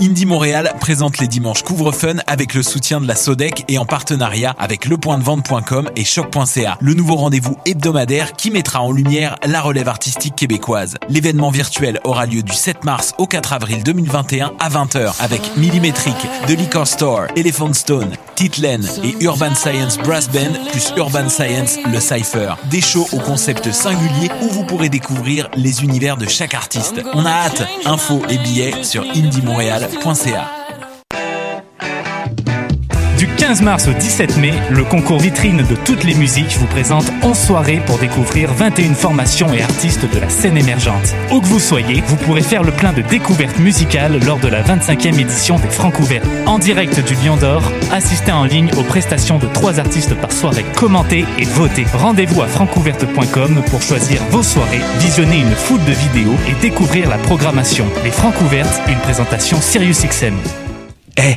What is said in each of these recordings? Indie Montréal présente les dimanches Couvre Fun avec le soutien de la Sodec et en partenariat avec lepointdevente.com et choc.ca, le nouveau rendez-vous hebdomadaire qui mettra en lumière la relève artistique québécoise. L'événement virtuel aura lieu du 7 mars au 4 avril 2021 à 20h avec Millimétrique, The Liquor Store, Elephant Stone, Titlen et Urban Science Brass Band plus Urban Science le Cypher. Des shows au concept singulier où vous pourrez découvrir les univers de chaque artiste. On a hâte. Infos et billets sur indiemontréal.ca. Du 15 mars au 17 mai, le concours vitrine de toutes les musiques vous présente 11 soirées pour découvrir 21 formations et artistes de la scène émergente. Où que vous soyez, vous pourrez faire le plein de découvertes musicales lors de la 25e édition des Francs ouverts. En direct du Lion d'Or, assistez en ligne aux prestations de trois artistes par soirée, commentez et votez. Rendez-vous à francouverte.com pour choisir vos soirées, visionner une foule de vidéos et découvrir la programmation. Les Francs ouvertes, une présentation SiriusXM. Eh,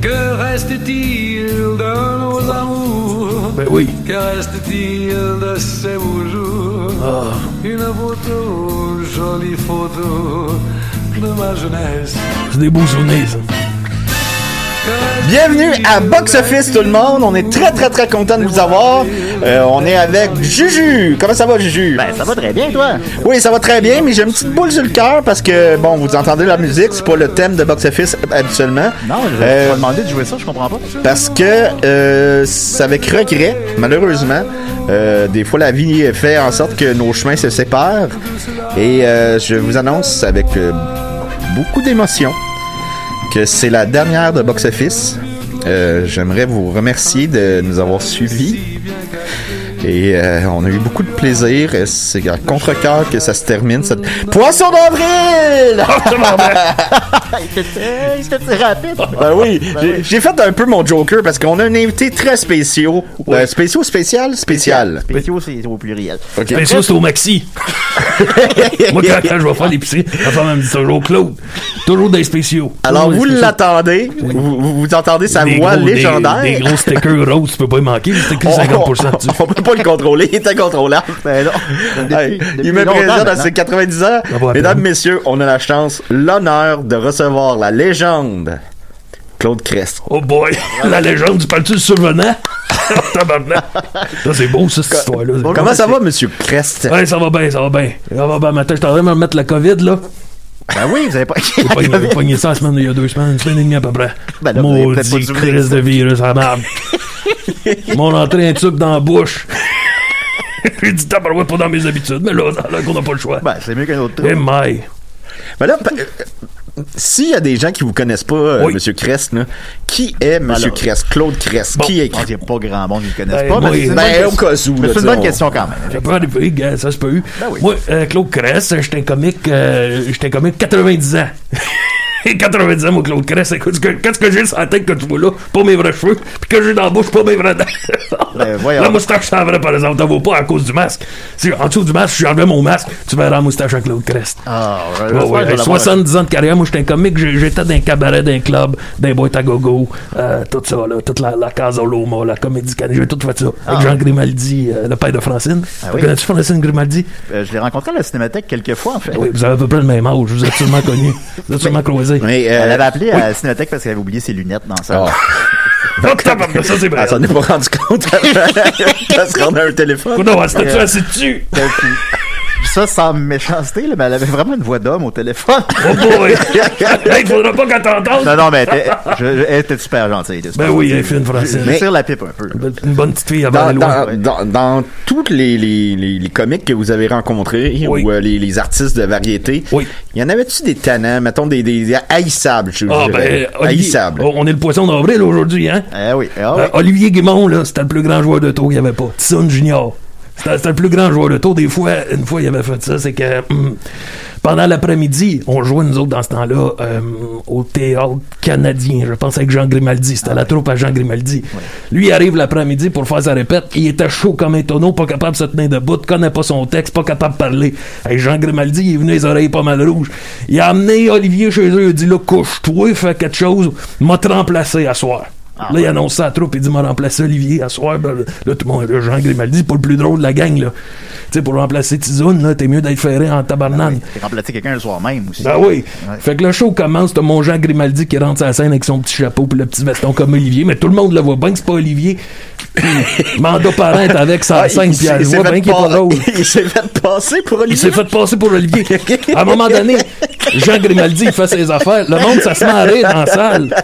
Que reste-t-il de nos amours Ben oui. Que reste-t-il de ces beaux jours Ah. Une photo, jolie photo de ma jeunesse. C'est des beaux souvenirs, ça. Bienvenue à Box Office tout le monde, on est très très très content de vous avoir. Euh, on est avec Juju. Comment ça va Juju Ben, ça va très bien, toi. Oui, ça va très bien, mais j'ai une petite boule sur le cœur parce que bon, vous entendez la musique, c'est pas le thème de Box Office habituellement. Non, je Euh, vais demandé de jouer ça, je comprends pas. Parce que euh, c'est avec regret, malheureusement, euh, des fois la vie fait en sorte que nos chemins se séparent. Et euh, je vous annonce avec euh, beaucoup d'émotion que c'est la dernière de Box Office. Euh, J'aimerais vous remercier de nous avoir suivis. Et euh, on a eu beaucoup de plaisir. Et C'est à contre-cœur que ça se termine. Cette... Poisson d'avril! Il était il était rapide. Ben oui, j'ai- j'ai fait un peu mon Joker parce qu'on a un invité très spéciaux. Euh, spéciaux, spécial, spécial. Spéciaux, c'est au pluriel. Ok. Ben ça, c'est au maxi. Moi, quand, quand je vais faire l'épicerie, ma femme elle me dit toujours Claude. Toujours des spéciaux. Alors, Toujours des vous spéciaux. l'attendez, vous, vous- vous entendez sa Des voix gros- des- légendaire. Des, gros stickers roses, tu peux pas y manquer. Le sticker On- on, 50% dessus. on peut pas le contrôler, il est incontrôlable. Ben non. Depuis- Hey, depuis il me longtemps présente à maintenant. ses 90 ans. Ça va, Mesdames, Pierre. messieurs, on a la chance, l'honneur de recevoir la légende, Claude Crest. Oh boy, la légende, tu parles-tu du survenant? Tabarnak. Ça, c'est beau, ça, cette histoire-là. Comment ça va, monsieur Crest? Ouais, ça va bien, ça va bien. Ça va bien, matin. Je t'en train de me remettre la COVID, là. Ben oui, vous avez pas. J'ai pogné- j'ai pogné ça la semaine, il y a deux semaines, une semaine et demie à peu près. Ben là, vous avez peut-être pas Maudit dû vous crise de virus à marde. Mon entrée un tube dans la bouche. J'ai dit Ah, tabarouette pas dans mes habitudes, mais là, là qu'on n'a pas le choix. Ben, c'est mieux qu'un autre Eh truc. my! Mais là, pa- euh, s'il y a des gens qui vous connaissent pas, euh, Oui. monsieur Crest, là, qui est monsieur Alors. Crest? Claude Crest, Bon. qui est Il n'y a pas grand monde qui le Ben, connaisse pas, moi, mais c'est une ben, bonne au question. Mais cas où, là, c'est une disons. bonne question quand même. Ça prend des pays, gars, ça se peut. Ben oui. Moi, euh, Claude Cress, j'étais un comique, euh, j'étais un comique 90 ans. Et 90 ans, mon Claude Cress, écoute, ce que- quand ce que j'ai sur la tête que tu vois là, pas mes vrais cheveux, puis que j'ai dans la bouche, pas mes vrais dents. Ben, voyons. la moustache, ça vrai, par exemple, t'en vois pas à cause du masque. Si, en dessous du masque, si j'enlevais mon masque, tu verras la moustache à Claude Cress. Ah, ouais, Ouais, j'espère ouais, que je vais l'avoir. 70 ans de carrière, moi j'étais un comique, j'ai- j'étais dans un cabaret, dans un club, dans un boîte à gogo, euh, tout ça, là, toute la, la casa Loma, la comédie canadienne, j'ai tout fait ça. Avec Jean Grimaldi, euh, le père de Francine. Ah Vous oui. Connais-tu Francine Grimaldi? Euh, Je l'ai rencontré à la cinémathèque quelques fois, en fait. Oui, vous avez à peu près le même âge, vous êtes sûrement connus, vous êtes sûrement croisés. Mais, euh, Elle avait appelé à la cinémathèque parce qu'elle avait oublié ses lunettes dans ça. Ah. Oh, tabarnak, ça c'est vrai. Ah, Elle s'en est pas rendu compte avant parce qu'on a un téléphone. Non, c'était-tu assis dessus? Puis, ça sans méchanceté, là, mais elle avait vraiment une voix d'homme au téléphone. Oh boy! hey, faudra pas qu'on non, t'entende! non, mais elle était, je- je- elle était super gentille. elle était super Ben oui, gentille. elle fait une française. Je, je tire la pipe un peu. Une bonne petite fille avant Dans, d'aller loin. dans, dans, dans toutes les, les, les, les comiques que vous avez rencontrés Oui. ou euh, les, les artistes de variété, Oui. il y en avait-tu des tannants, mettons des, des, des haïssables, je Ah, ben, dirais. Olivier, haïssables. on on est le poisson d'avril aujourd'hui, hein? Eh Ah oui, ah oui. Euh, Olivier Guimond, là, c'était le plus grand joueur de taux qu'il n'y avait pas. Tyson Junior. C'était c'était le plus grand joueur de taux. Des fois, une fois, il avait fait ça, c'est que hum, pendant l'après-midi, on jouait, nous autres, dans ce temps-là, euh, au théâtre canadien. Je pense avec Jean Grimaldi. C'était la troupe à Jean Grimaldi. Lui, il arrive l'après-midi pour faire sa répète. Il était chaud comme un tonneau, pas capable de se tenir debout, connaît pas son texte, pas capable de parler. Hey, Jean Grimaldi, il est venu les oreilles pas mal rouges. Il a amené Olivier chez eux, il a dit là, couche-toi, fais quelque chose, m'a te remplacé à soir Ah, là, il annonce ça à la troupe, il dit m'a remplacé Olivier à soir. Là, là, tout le monde, là, Jean Grimaldi, c'est pas le plus drôle de la gang, là. Tu sais, pour remplacer Tizoun, là, t'es mieux d'être ferré en tabarnane. T'es remplacé quelqu'un le soir même aussi. Ben Ah oui. Ouais. Fait que le show commence, t'as mon Jean Grimaldi qui rentre sur la scène avec son petit chapeau puis le petit veston comme Olivier, mais tout le monde le voit bien que c'est pas Olivier. Puis, Manda Parent est avec sa Ah, scène il puis elle s'est- il s'est voit fait bien qu'il ben, est pas pas- drôle. Il s'est fait passer pour Il Olivier. s'est fait passer pour Olivier. À un moment donné, Jean Grimaldi, il fait ses affaires. Le monde, ça se met à rire dans la salle.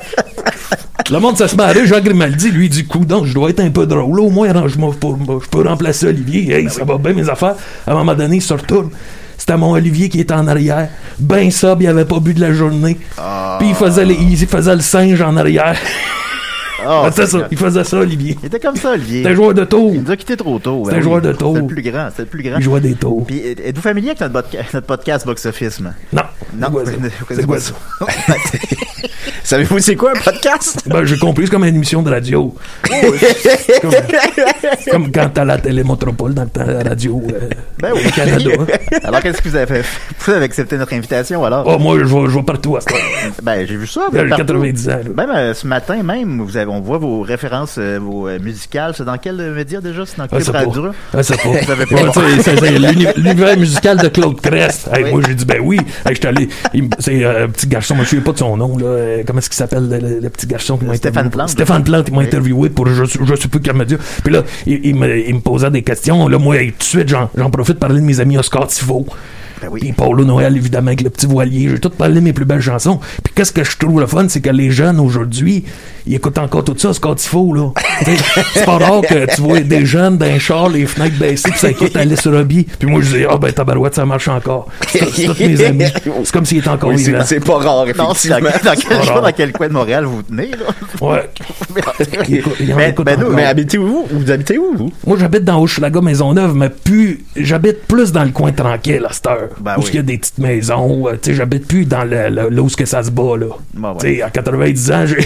Le monde, ça se met à rire. Jean Grimaldi, lui, du coup, donc, je dois être un peu drôle. Au moins, arrange-moi pour moi. Je peux remplacer Olivier. Ben Hey, ça va bien, mes affaires. À un moment donné, il se retourne. C'était mon Olivier qui était en arrière. Ben sobre, il avait pas bu de la journée. Puis il faisait, les- il faisait le singe en arrière. Ah, C'était ça. Il faisait ça, Olivier. Il était comme ça, Olivier. C'était un joueur de tour. Il nous a quitté trop tôt. C'est un joueur de tour. C'est le plus grand. C'est le plus grand. Il jouait des tours. Puis, euh, êtes-vous familier avec notre, bodca- notre podcast Box Office, man? Non. Non, C'est quoi ça? vous ne- C'est quoi ça? Savez-vous c'est quoi un podcast? Ben, j'ai compris, c'est comme une émission de radio. Oh, C'est comme, c'est comme quand t'as la télémétropole dans le temps, la radio euh, Ben oui. au Canada. hein. Alors, qu'est-ce que vous avez fait? Vous avez accepté notre invitation, alors? Oh, moi, je vois, je vois partout à ce temps. Ben, j'ai vu ça. vous J'ai êtes partout. 90 ans. là. Même euh, ce matin, même, vous avez, on voit vos références euh, vos, euh, musicales. C'est dans quel euh, média déjà? C'est dans Ah, quel c'est pas. radio? Ah, c'est pas. savez pas. Ouais, tu sais, c'est- c'est l'uni- L'univers musical de Claude Crest. Hey, Oui. Moi, j'ai dit, ben oui. Hey, j'étais allé. il me- C'est euh, un petit garçon, moi, je ne sais pas de son nom. Là. euh, Comment est-ce qu'il s'appelle, le- le, le petit garçon qui m'a Stéphane interviewé? Plante. Stéphane Plante, il m'a Oui. interviewé pour je, je sais plus quel média. Puis là, il, il me, il me posait des questions. Là, moi, hey, tout de suite, j'en j'en profite pour parler de mes amis Oscar Tifo. Ben oui. Puis Paulo Noël, évidemment, avec le petit voilier. J'ai tout parlé de mes plus belles chansons. Puis qu'est-ce que je trouve le fun, c'est que les jeunes aujourd'hui, ils écoutent encore tout ça, ce qu'il faut, là. T'sais, c'est pas rare que tu vois des jeunes d'un char, les fenêtres baissées, puis ça écoute Alice Robbie. Puis moi, je dis, ah ben tabarouette, ça marche encore. C'est tout- c'est tous mes amis. C'est comme s'il était encore Oui, vivant. c'est c'est pas rare, effectivement. Non, c'est dans, dans quel, je sais pas Voilà. Ah, dans quel coin de Montréal vous tenez, là. Ouais. Ils écoutent- ils en Mais- écoutent ben nous, encore. Mais habitez-vous? Vous habitez où, vous? Moi, j'habite dans Hochelaga, Maisonneuve, mais plus, j'habite plus dans le coin tranquille à cette heure. Ben où oui. il y a des petites maisons. euh, tu sais, j'habite plus dans le, le- là où ce que ça se bat, là. Ben ouais. Tu sais, à 90 ans, j'ai-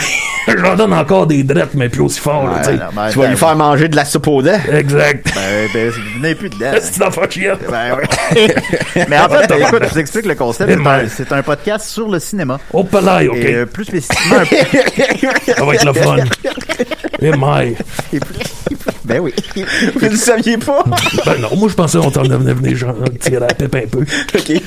j'en donne encore des drettes, mais plus aussi fort, là, tu sais. Alors, ben, tu vas ben, lui faire manger de la soupe au dent? Exact. Ben, ben, vous venez plus dedans. C'est une affaire chiante. Ben oui. Mais en fait, écoute, je vous explique le concept. Eh, C'est man. un- C'est un podcast sur le cinéma. Oh, palais, OK. Et euh, plus spécifiquement, un- Ça va être le fun. Eh, my. ben oui. Vous ne saviez pas? Ben non, moi, je pensais qu'on t'en devenait venir, genre, tirer la pipe un peu. OK.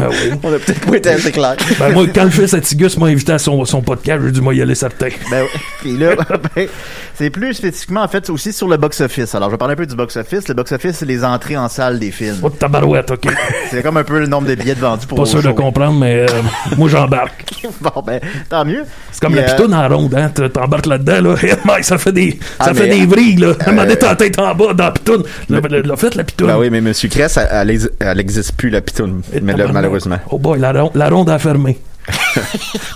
Ah oui. On a peut-être pas été assez clair. Ben moi, quand le fils à Tigus m'a invité à son, son podcast, j'ai dit, moi, y aller certain. Ben oui. Puis là, ben, c'est plus spécifiquement, en fait, c'est aussi sur le box-office. Alors, je vais parler un peu du box-office. Le box-office, c'est les entrées en salle des films. Oh, tabarouette, OK. C'est comme un peu le nombre de billets de vendus pour Pas vos sûr de shows. comprendre, mais euh, moi, j'embarque. Bon, ben, tant mieux. C'est comme Puis, la euh, pitoune en ronde, hein? t- T'embarques là-dedans, là. Hey, Mike, ça fait des, ça Ah, fait mais, des euh, vrilles, là. À un moment donné, t'as la tête en bas dans la pitoune. Le, le- le fait, la pitoune. Ben oui, mais M. Kress, elle- elle ex- elle existe plus, la pitoune, Et mais là, tabarnak. malheureusement. Oh boy, la, ron- la ronde a fermé.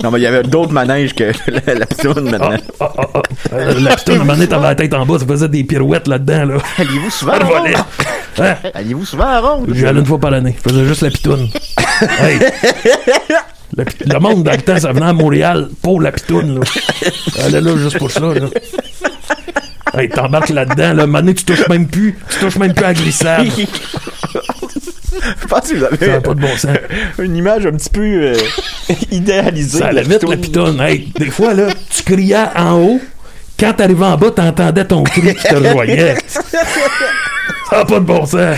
Non, mais il y avait d'autres manèges que la, la pitoune, Ah, maintenant. ah, ah, ah. Euh, La pitoune, à un moment donné, t'avais la tête en bas, ça faisait des pirouettes là-dedans, là. Alliez-vous souvent Ah, Pas à de la ronde? voler. Hein? Alliez-vous souvent à la ronde? J'y allais une fois par année. Je faisais juste la pitoune. Hey. Le, pi- le monde, dans le temps, ça venait à Montréal pour la pitoune. Là. Elle est là juste pour ça. Là. Hey, t'embarques là-dedans. Là, Mané, tu touches même plus. Tu touches même plus à la glissade. Je pense que vous Ça n'a avez pas de bon sens. une image un petit peu euh, idéalisée Ça de allait la vite, la pitoune. pitoune. Hey, des fois, là, tu criais en haut. Quand t'arrivais en bas, t'entendais ton cri qui te rejoignait. Ça n'a pas de bon sens.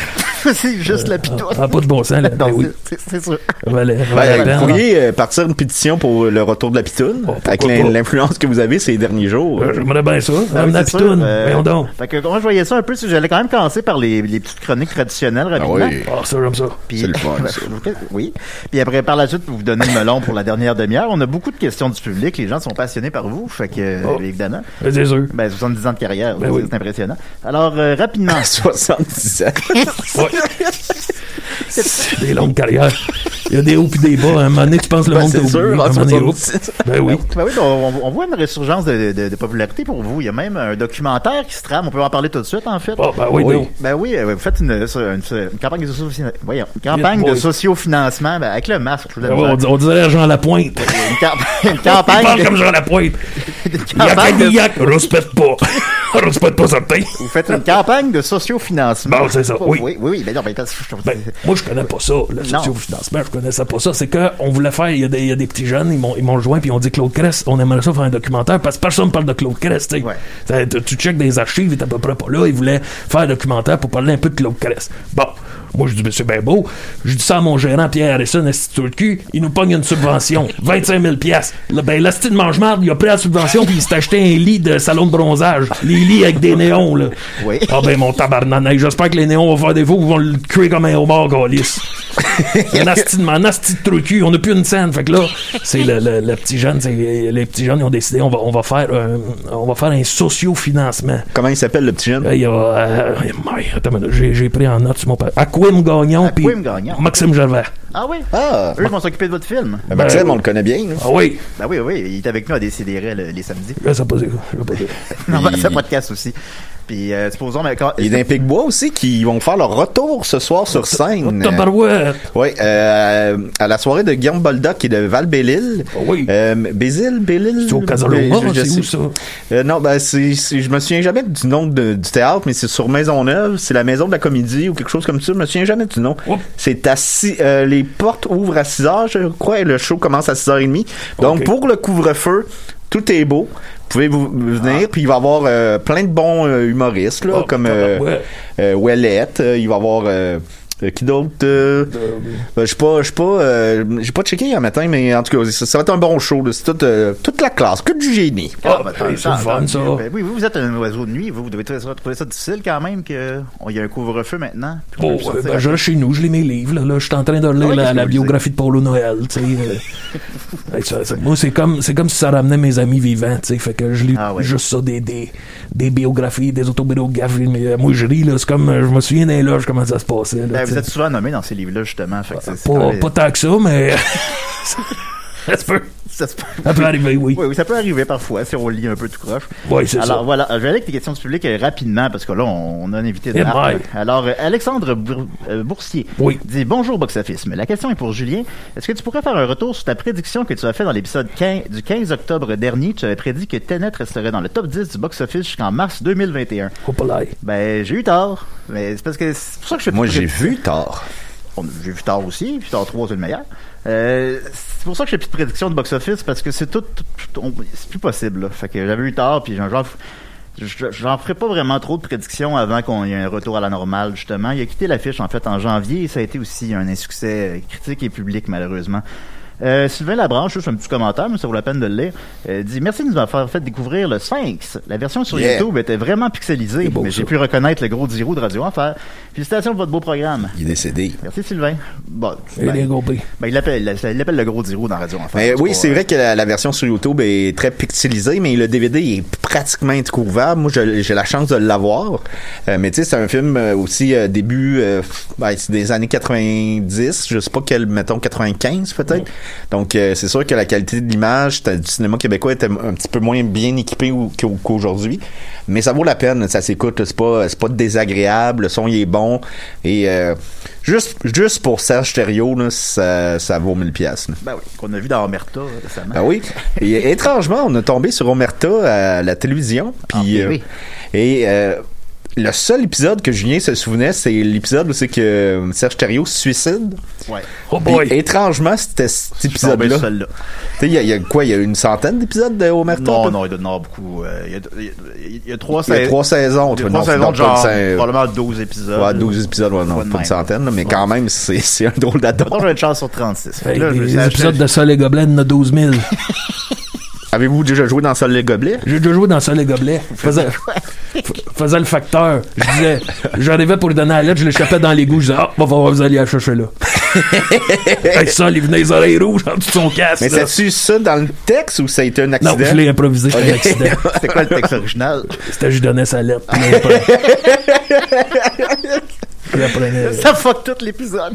c'est juste la pitoune. Ah, pas de bon sens, là. Non, Ben oui. c'est- c'est c'est sûr. Valait- valait Ben, la peine. vous pourriez euh, partir une pétition pour le retour de la pitoune, avec Oh, pourquoi l'in- pas. l'influence que vous avez ces derniers jours. Euh, J'aimerais bien ça. Ah oui, Mme c'est sûr, Napitoun, euh, voyons donc. Fait que moi, je voyais ça un peu, si j'allais quand même commencer par les, les petites chroniques traditionnelles Ah rapidement. oui. Ah, ça, j'aime ça. Puis- C'est le fun, ça. oui. Puis après, par la suite, vous vous donnez le melon pour la dernière demi-heure. On a beaucoup de questions du public. Les gens sont passionnés par vous. Fait que, euh, Oh. évidemment, Ben, C'est sûr. ben, 70 ans de carrière, Ben c'est oui. impressionnant. Alors, euh, Ah, rapidement, 77. Des longues carrières. Il y a des hauts puis des bas. À un moment donné, tu penses le Ben, monde c'est t'oublie. sûr, À en un moment donné, oups. 77. Ben oui. Ben oui, ben, on, on voit une résurgence de, de- de popularité pour vous. Il y a même un documentaire qui se trame. On peut en parler tout de suite, en fait. Ah, ben oui, Oui. donc. Ben oui, euh, vous faites une, une- une campagne de, socio- voyons, une campagne Yeah, de boy. sociofinancement ben, avec le masque. je vous Ah l'avoue. ouais, On, dis- on dirait Jean Lapointe. Une camp- une Il campagne. parle de- comme Jean Lapointe. une Il y a campagne de- Cadillac, respecte pas. respecte pas certain. Vous faites une campagne de sociofinancement. Bon, c'est ça, oui. Oui, oui, oui, ben non, ben, parce que je- Ben, moi, je connais pas ça, le Non. sociofinancement, je connaissais pas ça. C'est que on voulait faire, il y, a des- il y a des petits jeunes, ils m'ont ils m'ont joint, puis ils ont dit Claude Crest, on aimerait ça faire un documentaire, parce que personne parle de Claude Crest, tu sais. Ouais. Ça, tu- Tu checkes des archives, il est à peu près pas là, il voulait faire un documentaire pour parler un peu de Claude Crest. Bon, moi, je dis, ben, c'est bien beau. Je dis ça à mon gérant, Pierre Harrison, est le cul, il nous pogne une subvention, 25 000 piastres. Là, Ben, l'asti de mange il a pris la subvention, puis il s'est acheté un lit de salon de bronzage. Les lits avec des néons, là. Oui. Ah ben mon tabarnak, j'espère que les néons vont faire des fous, ils vont le cuire comme un homard, Gaulis. un asti de man, un asti de trou cul, on n'a plus une scène. Fait que là, c'est le, le- le petit jeune, c'est- les petits jeunes, ils ont décidé, on va, on va faire un, on va faire un socio-financement. Comment il s'appelle, le petit jeune? Là, il y a, euh, my, attends, une minute, j'ai, j'ai pris en note sur mon père. Aquim Gagnon, puis Aquim Gagnon. Maxime Gervais. Ah oui? Ah! Eux vont s'occuper de votre film. euh, Ben, Maxime, on le connaît bien. là. Ah oui, Ben oui, oui, il est avec nous à décider euh, les samedis. là, ça pas dire, ça pas dire. Non, Il- ben, c'est un podcast aussi. Puis, euh, supposons, mais quand. Il est d'un Picbois aussi qui vont faire leur retour ce soir sur scène. Tabarouette. Oui, euh, à la soirée de Guillaume Boldoc et de Val Bélil. Ah oui. Euh, Bézil, Bélil. C'est au Casaloma, Je- je c'est où sais- ça? Euh, non, ben, c'est, c'est- je me souviens jamais du nom de- du théâtre, mais c'est sur Maisonneuve, c'est la maison de la comédie ou quelque chose comme ça. Je me souviens jamais du nom. Oups. C'est à six- euh, les portes ouvrent à 6 heures, je crois, et le show commence à 6h30. Donc, Ok. pour le couvre-feu, tout est beau. Vous pouvez vous vous venir, puis il va y avoir euh, plein de bons euh, humoristes, là, Ah, comme euh, tabarouette. euh, Ouellette, euh, il va y avoir... euh, euh, qui d'autre? euh, ben, je suis pas, je suis pas, euh, j'ai pas checké hier matin, mais en tout cas, ça, ça va être un bon show. là. C'est toute, euh, toute la classe, que du génie. Ah, ben, Ah, tant- hey, c'est tant- le fun, tant- ça. Ben oui, vous, vous êtes un oiseau de nuit. Vous, vous devez tr- trouver ça difficile quand même qu'il y a un couvre-feu maintenant. Puis qu'on Bon, peut sortir. euh, ben, je, chez nous, je lis mes livres. Là, là, je suis en train de lire Ah oui, qu'est-ce la, que la vous biographie de Paulo Noël. tu sais, euh. Hey, ça- ça- moi, c'est comme, c'est comme si ça ramenait mes amis vivants. tu sais, Fait que je lis Ah ouais. juste ça, des, des, des biographies, des autobiographies. Mais euh, moi, je ris. là, C'est comme, euh, je me souviens d'un loge comment ça se passait. là, Ben, tu vous sais. êtes souvent nommé dans ces livres-là, justement. Fait que c'est- c'est Bah, pas, quand- pas tant que ça, mais ça peut, ça se peut- ça peut arriver, oui. Oui, oui, ça peut arriver parfois si on lit un peu tout croche. Oui, c'est Alors ça. voilà, je vais aller avec les questions du public euh, rapidement parce que là, on, on a un invité de Eh marque. my. Alors, euh, Alexandre Bour- euh, Boursier Oui. dit Bonjour Box Office. Mais la question est pour Julien. Est-ce que tu pourrais faire un retour sur ta prédiction que tu as fait dans l'épisode 15 du 15 octobre dernier Tu avais prédit que Tenet resterait dans le top 10 du box office jusqu'en mars 2021. Faut pas l'air. Ben, j'ai eu tort. Mais c'est parce que c'est pour ça que je fais Moi, plus j'ai de- vu tard. on- J'ai vu tard aussi, puis tard 3, c'est le meilleur. Euh, c'est pour ça que j'ai plus de prédiction de box-office, parce que c'est tout. tout- on- C'est plus possible, là. Fait que j'avais eu tard, puis j'en- j'en f- je- j'en ferai pas vraiment trop de prédictions avant qu'on ait un retour à la normale, justement. Il a quitté l'affiche, en fait, en janvier, et ça a été aussi un insuccès euh, critique et public, malheureusement. Euh, Sylvain Labranche, juste un petit commentaire, mais ça vaut la peine de le lire. euh, dit Merci de nous avoir fait découvrir le Sphinx. La version sur Yeah. YouTube était vraiment pixelisée, beau, mais ça. j'ai pu reconnaître le gros Zero de Radio Enfer. Félicitations pour votre beau programme. Il est décédé. Merci Sylvain. Bon, Il est ben, compris. ben, il l'appelle il l'appelle le gros Diro dans Radio Enfer. Mais en tout Ben oui, cas, c'est euh, vrai que la, la version sur YouTube est très pixelisée, mais le DVD est pratiquement introuvable. Moi, je- j'ai la chance de l'avoir. Euh, mais tu sais, c'est un film euh, aussi euh, début euh, ben, c'est des années 90, je sais pas quel, mettons 95 peut-être. Donc, euh, c'est sûr que la qualité de l'image t'as- du cinéma québécois était un petit peu moins bien équipée au- qu'au- qu'aujourd'hui. Mais ça vaut la peine, ça s'écoute, là, c'est pas, c'est pas désagréable, le son il est bon. Et euh, juste, juste pour Serge Thériault, là, ça, ça vaut 1000 pièces. Ben oui, qu'on a vu dans Omerta euh, récemment. Ah oui. Et étrangement, on est tombé sur Omerta à la télévision. Puis, Ah, ben oui. euh, et euh, le seul épisode que Julien se souvenait, c'est l'épisode où c'est que euh, Serge Thériault se suicide. Ouais. Oh Puis, boy! étrangement, c'était cet Je suis tombé Ah, épisode-là. sur celle-là. Tu sais, il y, a- il y a quoi Il y a une centaine d'épisodes de Omerta Non, à peu non, il doit y en avoir beaucoup. euh, Il y a- il y a- il y a trois Il y a sais- trois saisons, il y entre- a trois non, saisons non, de pas de genre, saison. probablement 12 épisodes. Ouais, 12 épisodes, ouais, non, Pas de pas une même. centaine, là, mais Ouais. quand même, c'est c'est un drôle Je pense d'adon. que j'avais une chance sur 36. Fait Fait que là, que je me suis les acheté- épisodes de Sol et Gobelet, il y en a 12 000. Avez-vous déjà joué dans Sol les Gobelets J'ai déjà joué dans Sol et Gobelet. Faisais, f- faisais le facteur. Je disais, j'arrivais pour lui donner la lettre, je l'échappais dans l'égout, je disais, ah, va falloir que vous aller la chercher là. hey, Sol, il venait les oreilles rouges en dessous de son casque. Mais là. c'est-tu ça dans le texte ou ça a été un Non, accident je l'ai improvisé, c'était un Ok. accident. C'était quoi le texte original? C'était, je lui donnais sa lettre. puis il apprenait. Il apprenait, Ça fuck tout l'épisode.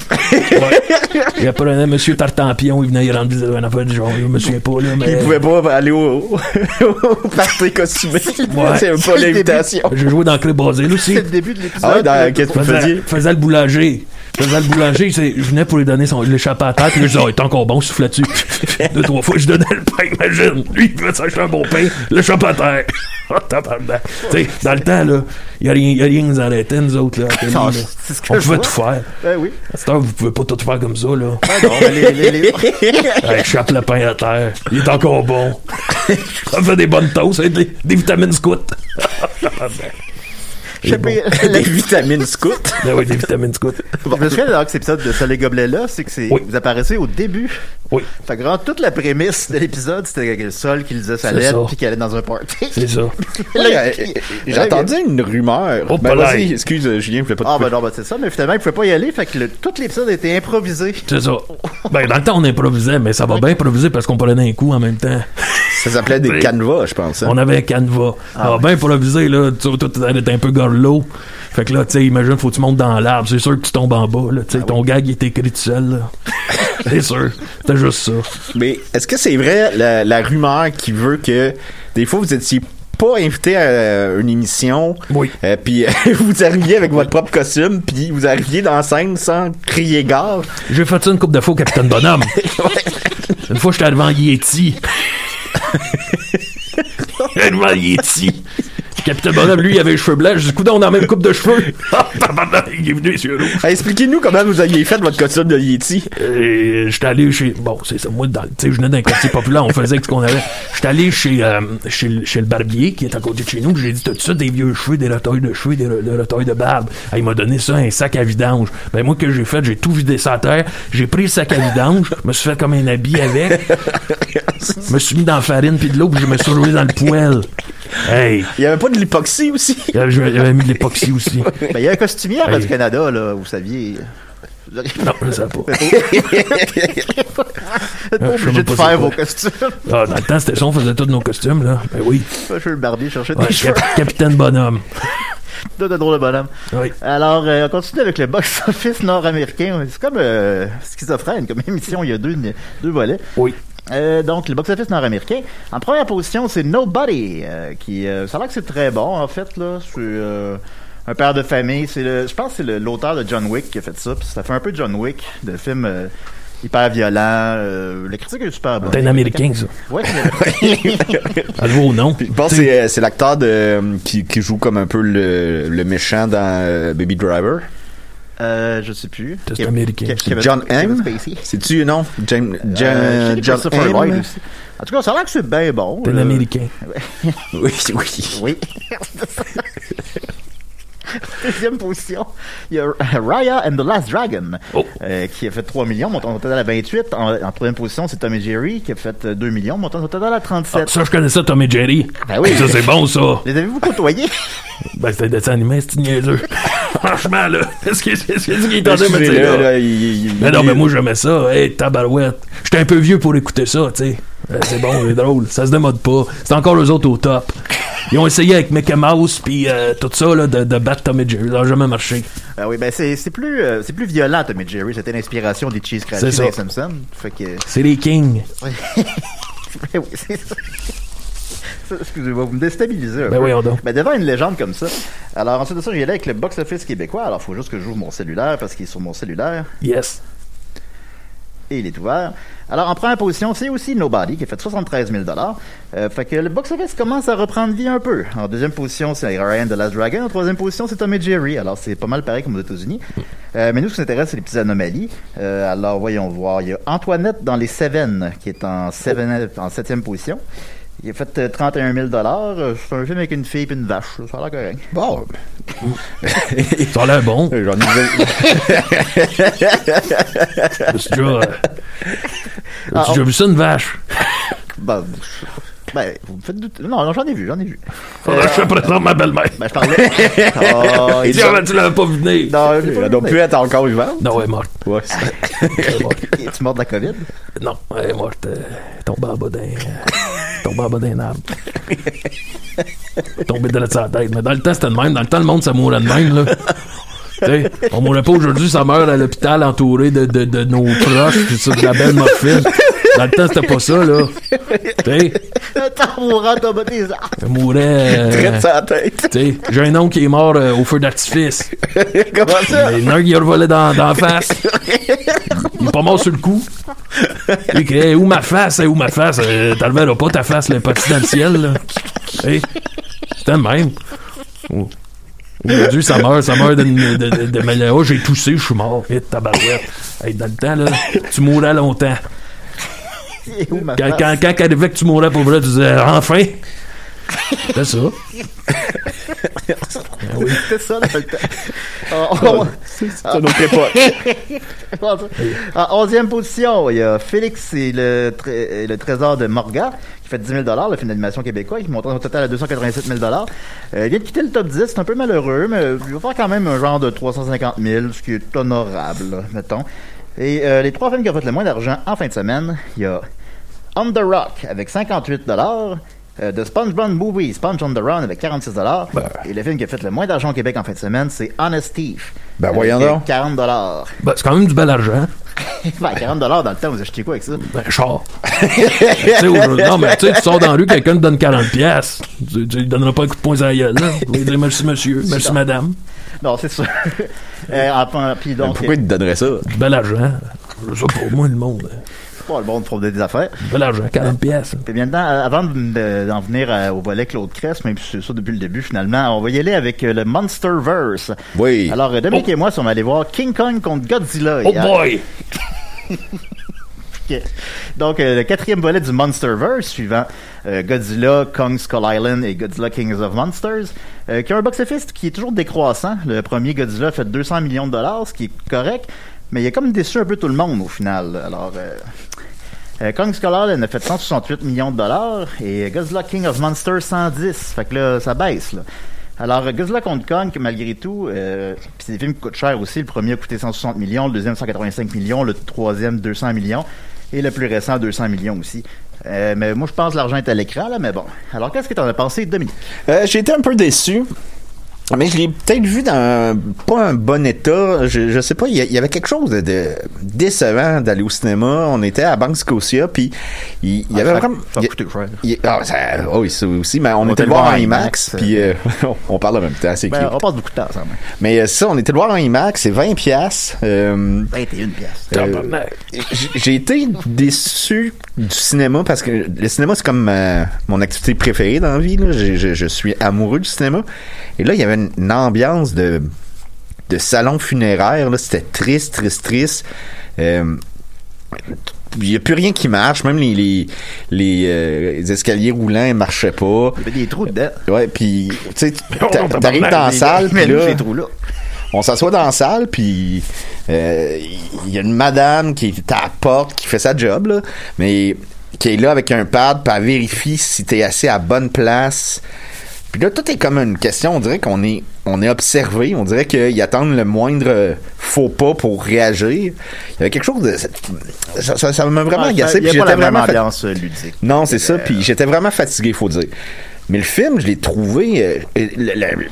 il apprenait Monsieur Tartampion, il venait y rendre visite un affaire du genre, je me souviens pas là, mais... Il pouvait pas aller au, au party costumé. C'est c'est pas le l'invitation. J'ai joué dans Cré Basile aussi. C'est le début de l'épisode. Ah ouais, dans Puis- qu'est-ce que vous faisais, faisiez faisais le boulanger. Faisais le boulanger, c'est- je venais pour lui donner son. Je l'échappais à la tête, puis là, je disais, oh, il est encore bon, souffle là-dessus. Deux, trois fois, je donnais le pain, imagine. Lui, il veut s'acheter un bon pain, l'échappe à terre. Oh, tabarnak. Tu sais, dans le temps, là, il n'y a, rien- y a rien qui nous arrêtait, nous autres, là. à la télé, Non, là. Ah, c'est ce que On je pouvait vois. tout faire. Ben oui. À cette heure, vous pouvez pas tout faire comme ça, là. Ah non, mais les- les- les- Hey, échappe le pain à terre. Il est encore bon. Ça fait des bonnes toasts, hein, des, des vitamines scouts. Je sais pas, Des vitamines scouts. Ben oui, des vitamines scouts. Bon, je me souviens d'ailleurs que cet épisode de Soleil Gobelet là, c'est que c'est, Oui. vous apparaissez au début. Oui. Fait que vraiment, toute la prémisse de l'épisode, c'était que le sol qui lisait sa C'est lettre ça. puis qu'il allait dans un party. C'est ça. Là, il- Ouais, euh, il- J'ai entendu une rumeur. Oh, ben, palais. vas-y, excuse, euh, Julien, je voulais pas te Ah, ben couper. non, ben c'est ça, mais finalement, il pouvait pas y aller, fait que le- tout l'épisode a été improvisé. C'est ça. Ben, dans le temps, on improvisait, mais ça va bien improviser parce qu'on prenait un coup en même temps. Ça s'appelait des canevas, je pense. hein. On avait un canevas. Ça va bien improviser, là. Tu toi, tu allais être un peu gorlot. Fait que là, tu sais, imagine, faut que tu montes dans l'arbre. C'est sûr que tu tombes en bas, là. Tu sais, ton gag, il est écrit tout seul, là. C'est sûr. C'était juste ça. Mais est-ce que c'est vrai la, la rumeur qui veut que des fois vous étiez pas invité à euh, une émission, Oui. euh, puis vous arriviez avec votre propre costume, puis vous arriviez dans la scène sans crier gare. J'ai fait ça une coupe de fois au Capitaine Bonhomme. Une fois, j'étais arrivé en Yeti. J'étais arrivé en Yeti. Le Capitaine Bonhomme, lui, il avait les cheveux blancs. J'ai dit, coudonc, on a la même coupe de cheveux. Ah, tabarnak, il est venu, sur nous. Ah, Expliquez-nous comment vous aviez fait votre costume de Yeti. Euh, j'étais allé chez bon c'est ça moi dans le- tu sais je venais d'un quartier populaire on faisait avec ce qu'on avait j'étais allé chez euh, chez, le- chez le barbier qui est à côté de chez nous puis j'ai dit tout ça des vieux cheveux des retailles de cheveux des re- des retailles de barbe Ah, il m'a donné ça un sac à vidange ben moi que j'ai fait j'ai tout vidé ça à terre j'ai pris le sac à vidange me suis fait comme un habit avec me suis mis dans la farine puis de l'eau puis je me suis roulé dans le poêle hey Il y avait pas de l'hypoxie aussi. j'avais j'avais mis de l'époxy aussi Ben, il y a un costumier à Hey. Radio-Canada, là, vous saviez. Vous auriez non je sais pas peut-être pas je sais obligé même de pas c'est faire quoi. vos costumes. Ah, dans le temps c'était ça on faisait tous nos costumes là ben oui Je suis le barbier chercher Ouais, des cheveux. cap- capitaine bonhomme De, de drôle de bonhomme. oui Alors, euh, on continue avec le box-office nord-américain. C'est comme euh, schizophrène comme émission, il y a deux, deux volets. oui Euh, donc, le box-office nord-américain. En première position, c'est Nobody, euh, qui, euh, ça a l'air que c'est très bon, en fait, là. C'est euh, un père de famille. C'est le, je pense que c'est le- l'auteur de John Wick qui a fait ça. Puis ça fait un peu John Wick, de film euh, hyper violent. euh, la critique est super bonne. T'es un Américain, ça. Ouais, c'est- À le nouveau nom. Je pense que c'est, euh, c'est l'acteur de, euh, qui, qui joue comme un peu le, le méchant dans euh, Baby Driver. euh, je sais plus. C'est américain. Kevin- John Kevin M. Spacey. C'est-tu, non? James, John, Euh, je sais John que Christopher Lloyd M. aussi. En tout cas, ça a l'air que c'est bien bon. hein. T'es un là. Américain. Ah, Oh, Oui, oui. Oui. Deuxième position, il y a Raya and the Last Dragon, Oh. euh, qui a fait 3 millions, montant au total à 28. En, en troisième position, c'est Tom et Jerry, qui a fait euh, 2 millions, montant au total à Ah, 37. ça, je connais ça, Tom et Jerry. Ben oui. Ah, Ça, c'est bon, ça. Les avez-vous côtoyés? Ben, c'était un dessin animé, c'est niaiseux. Franchement, là. Est-ce que c'est ce qu'il est en train de me Excusez-le, dire, là? là, il- il- Mais non, il- mais moi, j'aimais ça. Hey, tabarouette. J'étais un peu vieux pour écouter ça, tu sais. Euh, C'est bon, c'est drôle. Ça se démode pas. C'est encore eux autres au top. Ils ont essayé avec Mickey Mouse puis euh, tout ça là, de, de battre Tom et Jerry. Ça n'a jamais marché. Ben oui, ben c'est c'est plus, euh, c'est plus violent, Tom et Jerry. C'était l'inspiration des Cheese C'est Cratchit ça. des Simpsons. Fait que, C'est les Kings. ben oui, c'est ça. Ça, Excusez-moi, vous me déstabilisez un Ben peu. voyons donc. Ben devant une légende comme ça. Alors ensuite de ça, j'ai allé avec le box-office québécois. Alors faut juste que j'ouvre mon cellulaire parce qu'il est sur mon cellulaire. Yes. et il est ouvert. Alors, en première position, c'est aussi Nobody, qui a fait 73 000 euh, Fait que le box-office commence à reprendre vie un peu. En deuxième position, c'est Ryan de Last Dragon. En troisième position, c'est Tom et Jerry. Alors, c'est pas mal pareil comme aux États-Unis. Euh, mais nous, ce qui nous intéresse, c'est les petites anomalies. Euh, alors, voyons voir. Il y a Antoinette dans les Seven, qui est en, seven, en septième position. Il a fait euh, 31 000 Euh, C'est un film avec une fille et une vache. Ça a l'air correct. Bon. Ça a l'air bon. J'en ai déjà- J'ai déjà, euh, j'ai Ah, déjà vu ça une vache. Ben, je- ben, vous me faites douter. Non, non, j'en ai vu, j'en ai vu. Faudrait que je te présente ma belle-mère. Ben, je parlais. Oh, Il dit, Ah, ben, tu l'avais pas vu venir. Non, je l'ai pas Elle doit vu. plus être encore vivante. Non, elle est morte. Ouais, c'est- Tu es mort de la COVID? Non, elle est morte. euh, Elle est tombée en bas d'un... elle est tombée en bas d'un arbre. Elle est tombée de la sa tête. Mais dans le temps, c'était de même. Dans le temps, le monde, ça mourait de même, là. Tu sais, on mourrait pas aujourd'hui, ça meurt à l'hôpital entouré de, de, de nos proches, pis ça, de la belle morphine. Dans le temps, c'était pas ça, là. Tu sais, Attends, mon rang, t'as botté les armes. elle mourait. euh, Traite sa tête. tu sais, j'ai un oncle qui est mort euh, au feu d'artifice. Comment ça? Il y en a un qui a revolé dans, dans la face. Il est pas mort sur le coup. Il criait Où ma face Eh, Où ma face Euh, T'enlèveras pas ta face, le petit dans le ciel. là. Hey, C'était le même. Oh. Aujourd'hui, ça meurt, ça meurt d'une- de, de, de manière. Oh, j'ai toussé, je suis mort. Et tabarouette. Hey, dans le temps, là, tu mourrais longtemps. Et où ma Quand, face? quand, quand arrivait que tu mourais pour vrai, tu disais Enfin C'est ça. C'était ça, dans le temps. Ah, on- Ça nous crée pas. En 11e position, il y a Félix et le, tré- et le trésor de Morgan, qui fait 10 000 le film d'animation québécois, qui monte au total à 287 000 Euh, Il vient de quitter le top 10, c'est un peu malheureux, mais il va faire quand même un genre de 350 000, ce qui est honorable, là, mettons. Et euh, les trois films qui ont fait le moins d'argent en fin de semaine, il y a On the Rock avec 58 euh, de SpongeBob Movie, Sponge on the Run avec 46 Ben. Et le film qui a fait le moins d'argent au Québec en fin de semaine, c'est Honest Thief. Ben, voyons avec donc. 40 dollars. Ben, c'est quand même du bel argent. Ben, 40 dollars dans le temps, vous achetez quoi avec ça? Ben, char. Tu sais, aujourd'hui- non, mais tu sais, tu sors dans la rue, quelqu'un te donne 40 pièces. Tu, tu lui donneras pas un coup de poing à la gueule, là. Tu vas lui dire merci monsieur, merci madame. Non, c'est sûr. euh, enfin, puis donc, Pourquoi il te donnerait ça? Du bel argent. Je sais pas, moi, le monde. hein. c'est pas le bon de frauder des affaires. Du bel argent, 40 pièces. Puis maintenant, euh, avant de- d'en venir euh, au volet Claude Crest, même si c'est ça depuis le début finalement, on va y aller avec euh, le Monsterverse. Oui. Alors, euh, Dominique et moi, on va aller voir King Kong contre Godzilla. Oh hier. boy! Ok. Donc, euh, le quatrième volet du Monsterverse, suivant euh, Godzilla, Kong Skull Island et Godzilla Kings of Monsters, euh, qui a un box-office qui est toujours décroissant. Le premier Godzilla a fait 200 millions de dollars, ce qui est correct, mais il a comme déçu un peu tout le monde au final. Alors, euh, euh, Kong Skull Island a fait 168 millions de dollars et Godzilla King of Monsters 110. Fait que là, ça baisse, là. Alors, euh, Godzilla contre Kong, malgré tout, euh, pis c'est des films qui coûtent cher aussi. Le premier a coûté 160 millions, le deuxième 185 millions, le troisième 200 millions et le plus récent 200 millions aussi. Euh, mais moi, je pense que l'argent est à l'écran, là, mais bon. Alors, qu'est-ce que t'en as pensé, Dominique? Euh, j'ai été un peu déçu. Mais je l'ai peut-être vu dans un- pas un bon état. Je, je sais pas, il y, a- il y avait quelque chose de, de décevant d'aller au cinéma. On était à Banque Scotia, puis il il y avait vraiment. Ah, Ça a il- coûté cher. il- ah, ça- oh, oui, ça aussi, mais on, On était était le voir voir en en IMAX, IMAX, puis euh, on parle en même temps, c'est Ben, cute. on passe beaucoup de temps ensemble. hein. Mais euh, ça, on était le voir en IMAX, c'est 20 piastres. Euh, 21 pièces. euh, j- j'ai été déçu du cinéma parce que le cinéma c'est comme ma- mon activité préférée dans la vie. là. J'ai- Je, je suis amoureux du cinéma. Et là, il y avait une, une ambiance de, de salon funéraire. là. C'était triste, triste, triste. Euh, il n'y a plus rien qui marche, même les, les, les, euh, les escaliers roulants ne marchaient pas. Il y avait des trous dedans. Ouais, puis tu sais, Oh, t'a- t'arrives dans la salle, mais puis là, ces trous-là. on s'assoit dans la salle, puis euh, il y a une madame qui est à la porte, qui fait sa job, là, mais qui est là avec un pad, puis elle vérifie si t'es assis à la bonne place. Puis là, tout est comme une question. On dirait qu'on est, on est observé. On dirait qu'ils attendent le moindre faux pas pour réagir. Il y avait quelque chose de. Ça ça- ça m'a vraiment Ah, ça- agacé. Il puis n'y a pas j'étais la même vraiment fa- ambiance euh, ludique. non, c'est ça. Euh, Puis j'étais vraiment fatigué, faut dire. Mais le film, je l'ai trouvé. euh, euh, le- le-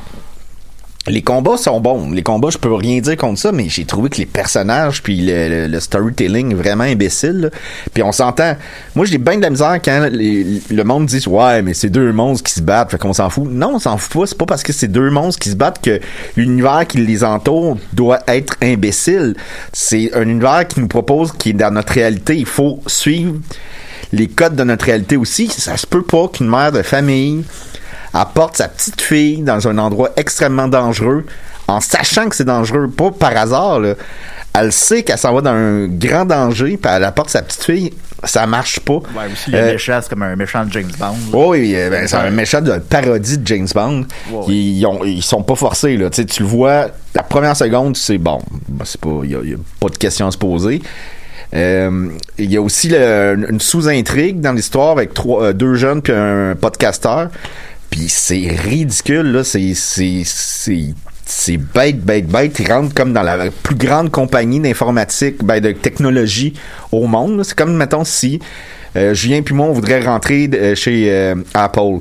les combats sont bons. Les combats, je peux rien dire contre ça, mais j'ai trouvé que les personnages puis le, le- le storytelling vraiment imbécile. là. Puis on s'entend. Moi, j'ai bien de la misère quand les- le monde dit ouais, mais c'est deux monstres qui se battent, fait qu'on s'en fout. Non, on s'en fout pas. C'est pas parce que c'est deux monstres qui se battent que l'univers qui les entoure doit être imbécile. C'est un univers qui nous propose qui est dans notre réalité. Il faut suivre les codes de notre réalité aussi. Ça se peut pas qu'une mère de famille apporte sa petite fille dans un endroit extrêmement dangereux en sachant que c'est dangereux, pas par hasard. là. Elle sait qu'elle s'en va dans un grand danger, puis elle apporte sa petite fille. Ça marche pas. Ouais, aussi, le Euh, méchant, c'est comme un méchant de James Bond. là. oui, euh, ben, c'est un méchant de parodie de James Bond. Ouais, ouais. Ils, ils ont- ils sont pas forcés, là. Tu sais, tu le vois, la première seconde, c'est bon, ben, c'est pas, il y, a- il y a pas de questions à se poser. Euh, Il y a aussi le- une sous-intrigue dans l'histoire avec trois, euh, deux jeunes puis un podcasteur. Puis c'est ridicule, là. C'est, c'est, c'est, c'est bête, bête, bête. Ils rentrent comme dans la plus grande compagnie d'informatique, ben, de technologie au monde. là. C'est comme, mettons, si euh, Julien puis moi, on voudrait rentrer euh, chez euh, Apple.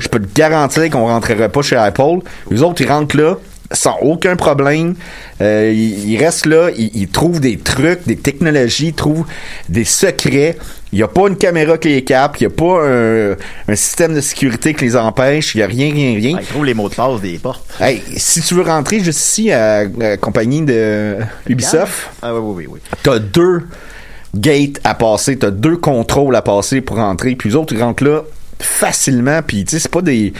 Je peux te garantir qu'on rentrerait pas chez Apple. Les autres, ils rentrent là sans aucun problème. Euh, ils, ils restent là, ils, ils trouvent des trucs, des technologies, ils trouvent des secrets. Il n'y a pas une caméra qui les capte, il n'y a pas un, un système de sécurité qui les empêche, il n'y a rien, rien, rien. Ah, il trouve les mots de passe des portes. Hey, si tu veux rentrer juste ici à, la compagnie de Ubisoft, Ah oui, oui, oui. oui. t'as deux gates à passer, t'as deux contrôles à passer pour rentrer, puis les autres ils rentrent là facilement, puis tu sais, c'est pas des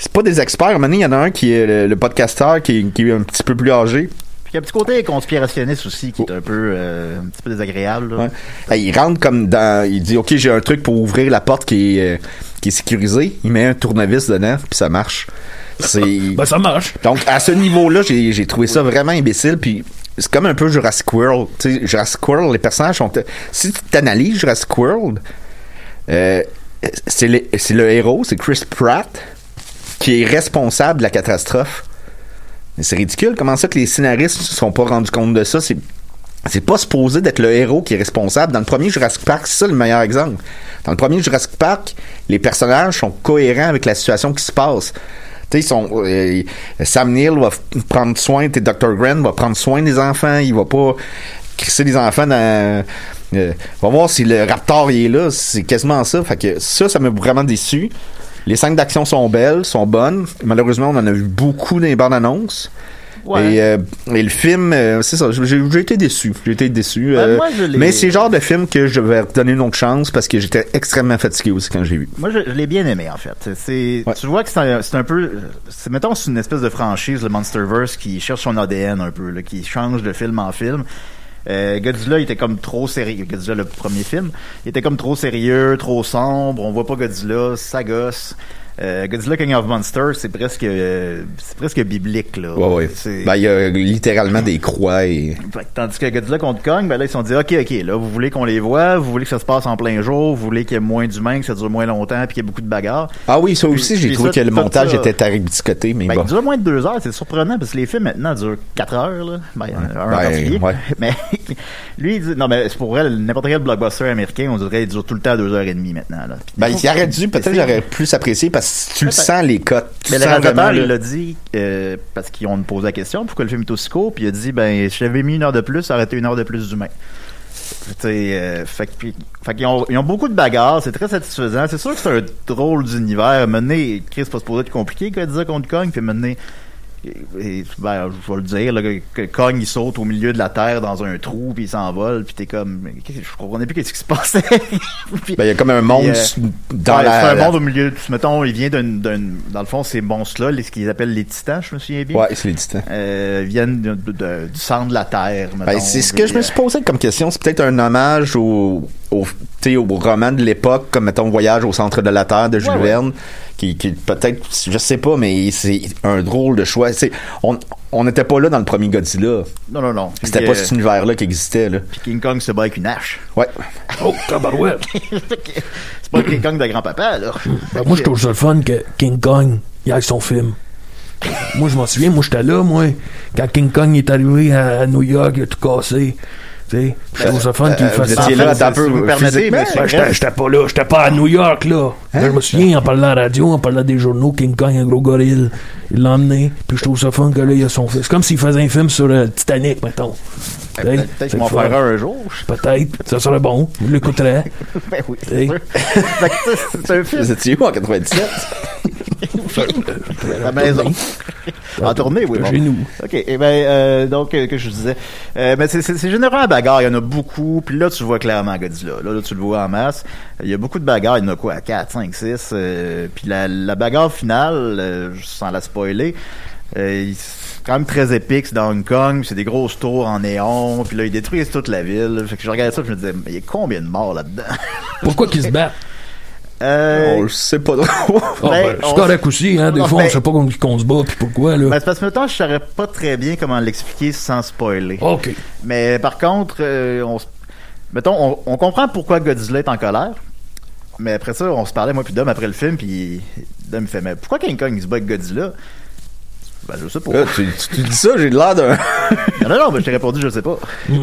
c'est pas des experts. Maintenant, il y en a un qui est le, le podcasteur qui, est- qui est un petit peu plus âgé. Puis il y a un petit côté conspirationniste aussi qui est un peu, euh, un petit peu désagréable. là. Oh. Ouais. hein. Hey, il rentre comme dans il dit OK, j'ai un truc pour ouvrir la porte qui est euh, qui est sécurisée, il met un tournevis dedans, puis ça marche. C'est Ben, ça marche. Donc, à ce niveau-là, j'ai j'ai trouvé ça vraiment imbécile. Puis, c'est comme un peu Jurassic World. Tu sais, Jurassic World, les personnages sont. Si tu t'analyses Jurassic World, euh, c'est le, c'est le héros, c'est Chris Pratt, qui est responsable de la catastrophe. Mais c'est ridicule. Comment ça que les scénaristes ne se sont pas rendus compte de ça? C'est. C'est pas supposé d'être le héros qui est responsable. Dans le premier Jurassic Park, c'est ça le meilleur exemple. Dans le premier Jurassic Park, les personnages sont cohérents avec la situation qui se passe. Tu sais, ils sont, euh, Sam Neill va f- prendre soin, t'es Dr. Grant va prendre soin des enfants, il va pas crisser les enfants dans. euh, on va voir si le Raptor il est là, c'est quasiment ça. Fait que ça, ça m'a vraiment déçu. Les scènes d'action sont belles, sont bonnes. Malheureusement, on en a vu beaucoup dans les bandes annonces. Ouais. Et, euh, et le film, euh, c'est ça, j'ai- j'ai été déçu. J'ai été déçu. euh, Ben, moi, je l'ai- mais c'est le genre de film que je vais redonner une autre chance parce que j'étais extrêmement fatigué aussi quand j'ai vu. Moi, je, je l'ai bien aimé, en fait. C'est, Ouais. Tu vois que c'est un, c'est un peu... c'est- mettons, c'est une espèce de franchise, le Monsterverse, qui cherche son ADN un peu, là, qui change de film en film. Euh, Godzilla, il était comme trop sérieux. Godzilla, le premier film, il était comme trop sérieux, trop sombre. On voit pas Godzilla, ça gosse. Euh, Godzilla King of Monsters, c'est presque, euh, c'est presque biblique, là. Ouais, ouais. C'est- Ben, il y a littéralement des croix et. fait que Tandis que Godzilla contre Kong, ben là, ils se sont dit, OK, OK, là, vous voulez qu'on les voit, vous voulez que ça se passe en plein jour, vous voulez qu'il y ait moins d'humains, que ça dure moins longtemps, puis qu'il y ait beaucoup de bagarres. Ah oui, ça Puis- aussi, j'ai puis trouvé ça, que le tout montage ça- était tarabiscoté, mais Ben, bon. il dure moins de deux heures, c'est surprenant, parce que les films maintenant durent quatre heures, là. Ben, un en Ben, particulier. ouais. Mais lui, il dit, non, mais c'est pour elle, n'importe quel blockbuster américain, on dirait qu'il dure tout le temps deux heures et demie maintenant, là. Puis- Ben, il aurait dû, peut-être j'aurais plus apprécié parce que tu le Peut-être. sens les cotes. Tu Mais le sens réalisateur, vraiment, il là. l'a dit, euh, parce qu'ils ont posé la question, pourquoi le film est aussi court, puis il a dit, ben, si j'avais mis une heure de plus, ça aurait été une heure de plus d'humain. Tu sais, Euh, fait que- puis- fait qu'ils ont, ils ont beaucoup de bagarres, c'est très satisfaisant. C'est sûr que c'est un drôle d'univers. Mener, Chris, c'est pas supposé être compliqué, Godzilla contre Kong, puis mener. Et, ben, je vais le dire, là, que- que Kong il saute au milieu de la terre dans un trou, puis il s'envole, puis t'es comme. mais qu'est-ce que- Je comprenais plus qu'est-ce qui se passait. Puis- Ben, il y a comme un monde euh, sous- dans Ouais, la. c'est un la- monde au milieu. du- Mettons, il vient d'un. d'un- Dans le fond, ces monstres-là, les- ce qu'ils appellent les titans, je me souviens bien. Ouais, c'est les titans. euh, viennent de- de- de- du sang de la terre. Ben, mettons, c'est ce puis, que je me suis euh, posé comme question. C'est peut-être un hommage au, au, tu sais, au roman de l'époque, comme mettons Voyage au centre de la Terre de Jules Ouais, ouais. Verne, qui, qui peut-être, je sais pas, mais c'est un drôle de choix. Tu sais, on on n'était pas là dans le premier Godzilla. Non, non, non. C'était Puis, pas euh, cet univers-là qui existait. Là. puis King Kong se bat avec une hache. Ouais. Oh, tabarouette. C'est pas le King Kong de grand-papa, là. Ben, moi, je trouve ça le fun que King Kong, il a son film. moi, je m'en souviens, moi, j'étais là, moi. Quand King Kong est arrivé à, à New York, il a tout cassé. Tu sais, je trouve ça fun que tu le Euh, fasses vous étiez ça. là, si- t'as si vous peu permettez, physiquement. monsieur. Ben, j'étais- J'étais pas là, j'étais pas à New York, là. Là, je me souviens, en parlant à la radio, en parlant des journaux, King Kong, un gros gorille, il l'a emmené, puis je trouve ça fun que là, il a son fils. C'est comme s'il faisait un film sur euh, Titanic, mettons. Eh, Hey, Peut-être c'est qu'ils m'en le fun. fera un jour. je sais Peut-être, ça serait bon, il l'écouterait. pas. Ben oui, Hey. c'est sûr. Fait que ça, c'est un film Vous étiez où en 97? à la maison. En tournée, oui. Ah, Chez nous. OK. Eh ben, euh, donc, euh, que je disais. Euh, mais c'est- c'est c'est généralement la bagarre. Il y en a beaucoup. Puis là, tu le vois clairement Godzilla. Là, là, tu le vois en masse. Il y a beaucoup de bagarres. Il y en a quoi? 4, 5, 6. euh, puis la, la bagarre finale, euh, sans la spoiler, euh, il- c'est quand même très épique. C'est dans Hong Kong. C'est des grosses tours en néon. Puis là, ils détruisent toute la ville. Fait que je regardais ça puis je me disais, mais il y a combien de morts là-dedans? Pourquoi qu'il se bat? Euh, On le sait pas trop. Ah, ben, Ben, c'est on- correct aussi, hein, des Non, fois, on ben- sait pas qu'on qu'on se bat, puis pourquoi, Ben, là. c'est parce que maintenant, je saurais pas très bien comment l'expliquer sans spoiler. OK. Mais par contre, euh, on, s- mettons, on, on comprend pourquoi Godzilla est en colère. Mais après ça, on se parlait, moi puis Dom, après le film, puis Dom il fait Mais pourquoi King Kong il se bat avec Godzilla Ben, je sais pas. Là, Euh, tu, tu- tu dis ça, j'ai l'air d'un. non, non, non, mais je t'ai répondu, je sais pas.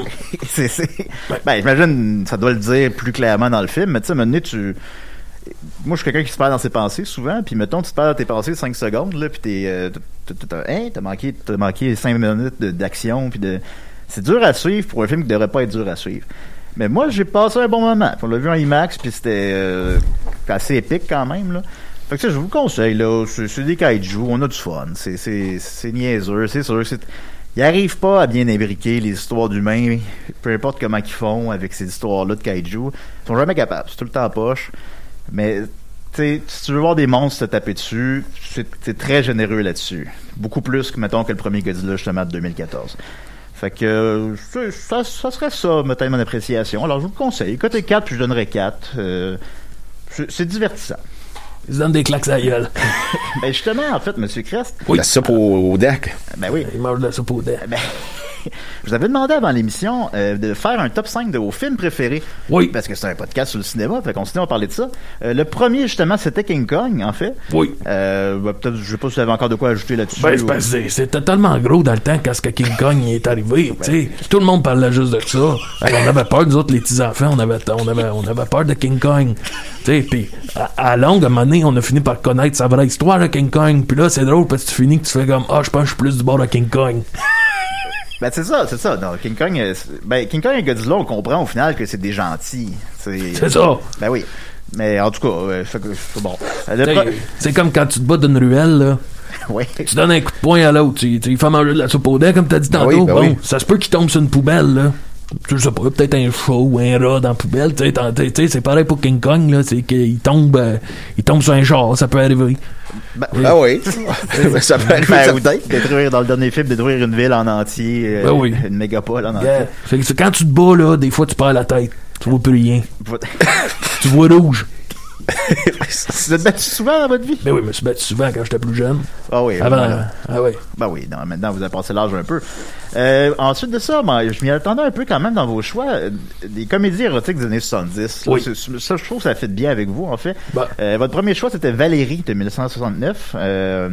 c'est, c'est- Ben, j'imagine, ça doit le dire plus clairement dans le film, mais tu sais, à un moment donné, tu. Moi, je suis quelqu'un qui se perd dans ses pensées souvent, puis mettons, tu te perds dans tes pensées 5 secondes, là, puis t'es. euh, t'as- t'as- t'as- hein, t'as manqué, t'as manqué 5 minutes de- d'action, puis de. C'est dur à suivre pour un film qui devrait pas être dur à suivre. Mais moi, j'ai passé un bon moment. On l'a vu en IMAX, puis c'était euh, assez épique quand même, là. Fait que ça, je vous le conseille, là. C'est c'est des kaiju, on a du fun. C'est- C'est c'est niaiseux, c'est sûr. c'est- Ils arrivent pas à bien imbriquer les histoires d'humains, peu importe comment qu'ils font avec ces histoires-là de kaiju. Ils sont jamais capables, c'est tout le temps poche. Mais tu sais, si tu veux voir des monstres se taper dessus, c'est c'est très généreux là-dessus. Beaucoup plus que, mettons, que le premier Godzilla, justement, de 2014. Fait que euh, c'est- ça, ça serait ça, mettons, mon appréciation. Alors, je vous le conseille. Côté 4, puis je donnerais 4. Euh, c'est c'est divertissant. Il se donne des claques à la gueule. Mais justement, en fait, Monsieur Crest, La soupe ben, au, au deck. ben oui, Il mange de la soupe au dents. Ben, je vous avais demandé avant l'émission euh, de faire un top 5 de vos films préférés. Oui. Parce que c'est un podcast sur le cinéma, fait qu'on s'est dit, on parlait de ça. Euh, le premier, justement, c'était King Kong, en fait. Oui. Euh, bah, peut-être, je sais pas si vous avez encore de quoi ajouter là-dessus. Ben, c'est ou- parce que c'est- c'était tellement gros dans le temps quand ce que King Kong y est arrivé. tu sais. Tout le monde parlait juste de ça. Hey, on avait peur, nous autres, les petits-enfants, on avait, on, avait, on avait peur de King Kong. Tu sais, Puis à, à longue, à un moment donné, on a fini par connaître sa vraie histoire de King Kong. Puis là, c'est drôle parce que tu finis que tu fais comme Ah, je pense que je suis plus du bord de King Kong. Ben, c'est ça, c'est ça. Non, King Kong, euh, c'est- ben, King Kong et Godzilla, on comprend au final que c'est des gentils. C'est ça. Ben oui. Mais en tout cas, euh, fait que- bon. Euh, Le Tu sais, C'est comme quand tu te bats d'une ruelle, là. pro- ouais. tu donnes un coup de poing à l'autre, tu, tu lui fais manger de la soupe au dent, comme t'as dit tantôt. oui, ben bon, oui. ça se peut qu'il tombe sur une poubelle, là. Tu le sais pas, peut-être un chat ou un rat dans la poubelle, tu sais, t'en- tu sais, c'est pareil pour King Kong, là, c'est qu'il tombe, euh, il tombe sur un char, ça peut arriver. Ben, Ah oui. ça peut arriver. Ben, ça- ou détruire dans le dernier film, détruire une ville en entier, euh, Ben oui. une mégapole en Yeah. entier. Fait que c'est quand tu te bats, là, des fois tu perds la tête, tu vois plus rien, Vous- tu vois rouge. Vous êtes battu souvent dans votre vie? Ben oui, je me suis battu souvent quand j'étais plus jeune. Ah oui. Ben, Avant, voilà. ah ouais. Ben oui, non, maintenant vous avez passé l'âge un peu. Euh, ensuite de ça, ben, je m'y attendais un peu quand même dans vos choix. euh, Des comédies érotiques des années 70. là, Oui. c'est- c'est- ça, je trouve que ça fait bien avec vous, en fait. Ben. Euh, votre premier choix, c'était Valérie de 1969. euh,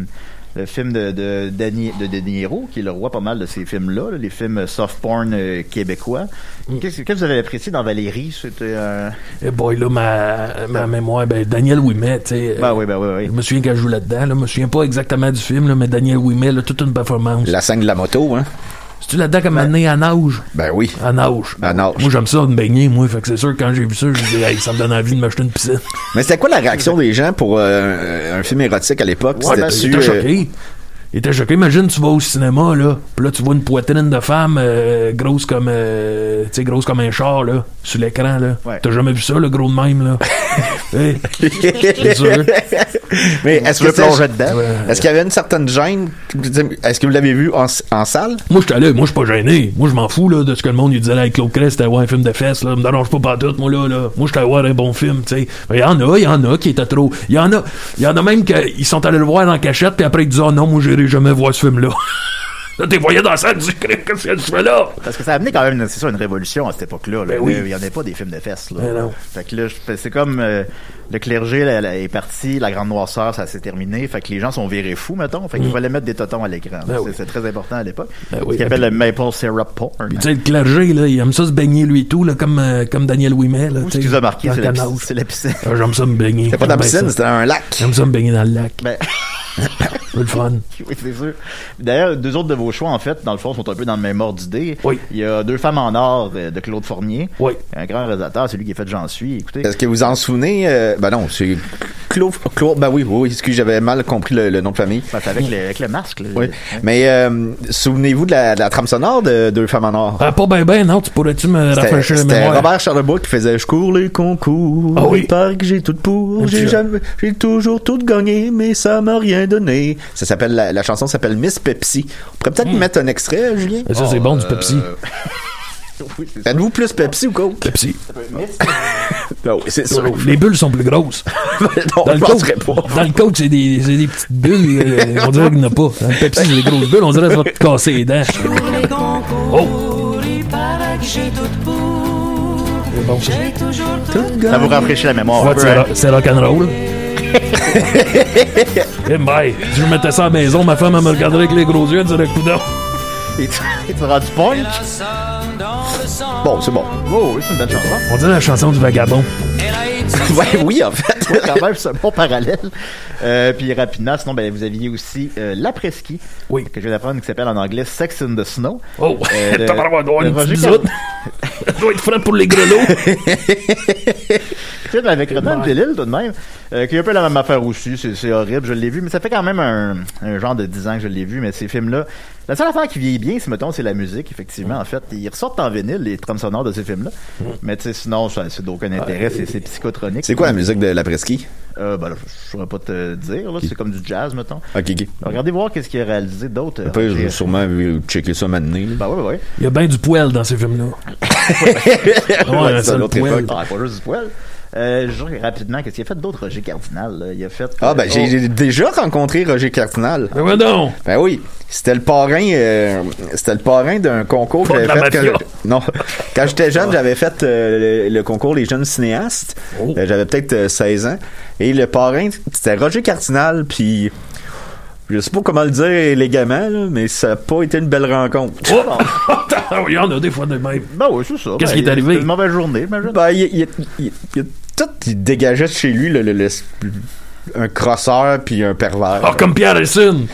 le film de, de, Dani- de, De Niro, qui est le roi pas mal de ces films-là, là, les films soft porn euh, québécois. Mm. Qu'est-ce que qu'est-ce que vous avez apprécié dans Valérie? C'était un... Et Eh boy, là, ma, ma mémoire, ben, Daniel Ouimet, tu sais. euh, Ben oui, ben oui, Je oui. me souviens qu'elle joue là-dedans, là, je me souviens pas exactement du film, là, mais Daniel Ouimet, là, toute une performance. La scène de la moto, hein. C'est-tu là-dedans comme année à nage? Ben oui. Ben À nage. À nage. Moi, j'aime ça de me baigner, moi. Fait que c'est sûr, quand j'ai vu ça, je dis, hey, ça me donne envie de m'acheter une piscine. Mais c'était quoi la réaction des gens pour euh, un film érotique à l'époque? Ouais, ben, il C'était-tu, était euh, choqué. Il était choqué. Imagine, tu vas au cinéma, là. Puis là, tu vois une poitrine de femme euh, grosse comme, euh, tu sais, grosse comme un char, là, sur l'écran, là. Ouais. T'as jamais vu ça, le gros de même, là. Hey, c'est sûr. Mais est-ce Tu que veux plonger c'était- dedans? est-ce qu'il y avait une certaine gêne? Est-ce que vous l'avez vu en, en salle? Moi, je suis allé, moi, je suis pas gêné. Moi, je m'en fous, là, de ce que le monde, il disait, là, avec Claude Crest, c'était voir un film de fesses, là. Me dérange pas partout, moi, là, là. Moi, je allé voir un bon film, tu sais. Mais il y en a, il y en a qui étaient trop. Il y en Ah, a, il y en a même qui sont allés le voir en cachette, puis après, ils disent, oh non, moi, j'irai jamais voir ce film-là. Je t'ai voyé dans la salle du crime, qu'est-ce que tu fais là? Parce que ça a amené quand même, une- c'est sûr, une révolution à cette époque-là. là. Ben oui. Il n'y en avait pas des films de fesses. Là. Ben non. Fait que là, je- c'est comme euh, le clergé là, là, est parti, la grande noirceur, ça s'est terminé. Fait que les gens sont virés fous, mettons. Fait qu'il fallait mettre des totons à l'écran. Mm. Ben C'est- oui. C'est très important à l'époque. Ben Ce oui. qu'ils appellent le maple syrup porn. Puis tu sais, le clergé, là, il aime ça se baigner lui et tout, là, comme, euh, comme Daniel Ouimet. Là, Ou ce tu sais, qui vous a marqué, dans c'est le la, piscine- canal. c'est la piscine. Ah, J'aime ça me baigner. C'était pas dans la J'aime piscine, bien Ben, ça. c'était dans un lac. J'aime ça me baigner dans le lac. Ben, C'est le fun. oui, c'est sûr. D'ailleurs, deux autres de vos choix, en fait, dans le fond, sont un peu dans le même ordre d'idée. Oui. Il y a Deux femmes en or euh, de Claude Fournier. Oui. Euh, Un grand réalisateur, c'est lui qui a fait J'en suis. Écoutez, Est-ce que vous en souvenez? euh, ben non, c'est Claude. Claude ben oui, oui, oui, excusez, j'avais mal compris le, le nom de famille. Ben, c'est avec le, avec le masque. là. Oui. Mais euh, souvenez-vous de la, de la trame sonore de Deux femmes en or. Ah, pas ben ben, non, tu pourrais-tu me C'était rafraîchir la c'était mémoire? Robert Charlebois qui faisait Je cours les concours, Ah oui. il paraît que j'ai tout pour, Ah, tu j'ai l'as. jamais, j'ai toujours tout gagné, mais ça m'a rien donné. Ça s'appelle la, la chanson s'appelle Miss Pepsi. On pourrait Hmm. peut-être mettre un extrait, Julien. Ça, c'est bon, du Pepsi. Êtes-vous plus Pepsi ou Coke Pepsi. Non, c'est sûr. Les bulles sont plus grosses. non, Dans je le penserais coke, pas. dans le coke, c'est des, c'est des petites bulles. euh, on dirait qu'il n'y en a pas. Dans le Pepsi, c'est des grosses bulles. On dirait que ça va te casser les dents. Ça vous rafraîchit la mémoire. Ouais, un peu, c'est hein. ro- c'est rock'n'roll. Eh ben, si je mettais ça à la maison, ma femme elle me regarderait avec les gros yeux, elle dirait coudon. Et tu et tu rendu punk? Bon, c'est bon. Oh, oui, c'est une belle chanson. On dirait la chanson du vagabond. Ouais, oui, en fait. Oui, quand même, c'est un bon parallèle. Euh, puis rapidement, sinon, ben, vous aviez aussi euh, La Presqu'île, Oui. que je vais apprendre, qui s'appelle en anglais Sex in the Snow. Oh, Euh, de- tabarnak, on de est une Roger petite Car- bisoute. doit être franc pour les grelots. film avec Rodan Bellil, tout de même, euh, qui est un peu la même affaire aussi. C'est, c'est horrible, je l'ai vu, mais ça fait quand même un, un genre de 10 ans que je l'ai vu, mais ces films-là. La seule affaire qui vieillit bien, c'est, mettons, c'est la musique, effectivement, en fait. Ils ressortent en vinyle, les trames sonores de ces films-là. Mais tu sais, sinon, ça, c'est d'aucun intérêt, c'est, c'est psychotronique. C'est quoi la musique de la presqu'île? Euh, ben là, je je saurais pas te dire, là. C'est comme du jazz, mettons. Ok, ok. Regardez voir qu'est-ce qu'il a réalisé d'autre. euh, Après, je Roger. vais sûrement euh, checker ça maintenant. Ben ouais, ouais. Il y a bien du poêle dans ces films-là. Ouais, ça, c'est à le l'autre poil. époque. Ah, pas juste du poil. Euh, je regarde rapidement, qu'est-ce qu'il a fait d'autre, Roger Cardinal? là? Il a fait. Ah, ben, euh, j'ai oh, j'ai déjà rencontré Roger Cardinal. Mais ouais, non! Ben oui, c'était le parrain, euh, c'était le parrain d'un concours Pas de la fait mafia. Ah. quand- non, quand j'étais jeune, j'avais fait euh, le, le concours les jeunes cinéastes. Oh. Euh, j'avais peut-être euh, 16 ans et le parrain c'était Roger Cardinal puis je sais pas comment le dire légalement là, mais ça n'a pas été une belle rencontre. Oh! Attends, il y en a des fois de même. Ben oui, c'est ça. Qu'est-ce Ben, qui est arrivé? c'est Une mauvaise journée, mais Ben, il, il- il- il- tout il dégageait de chez lui le- le- le- un crosseur puis un pervers. Ah, comme Pierre Essine!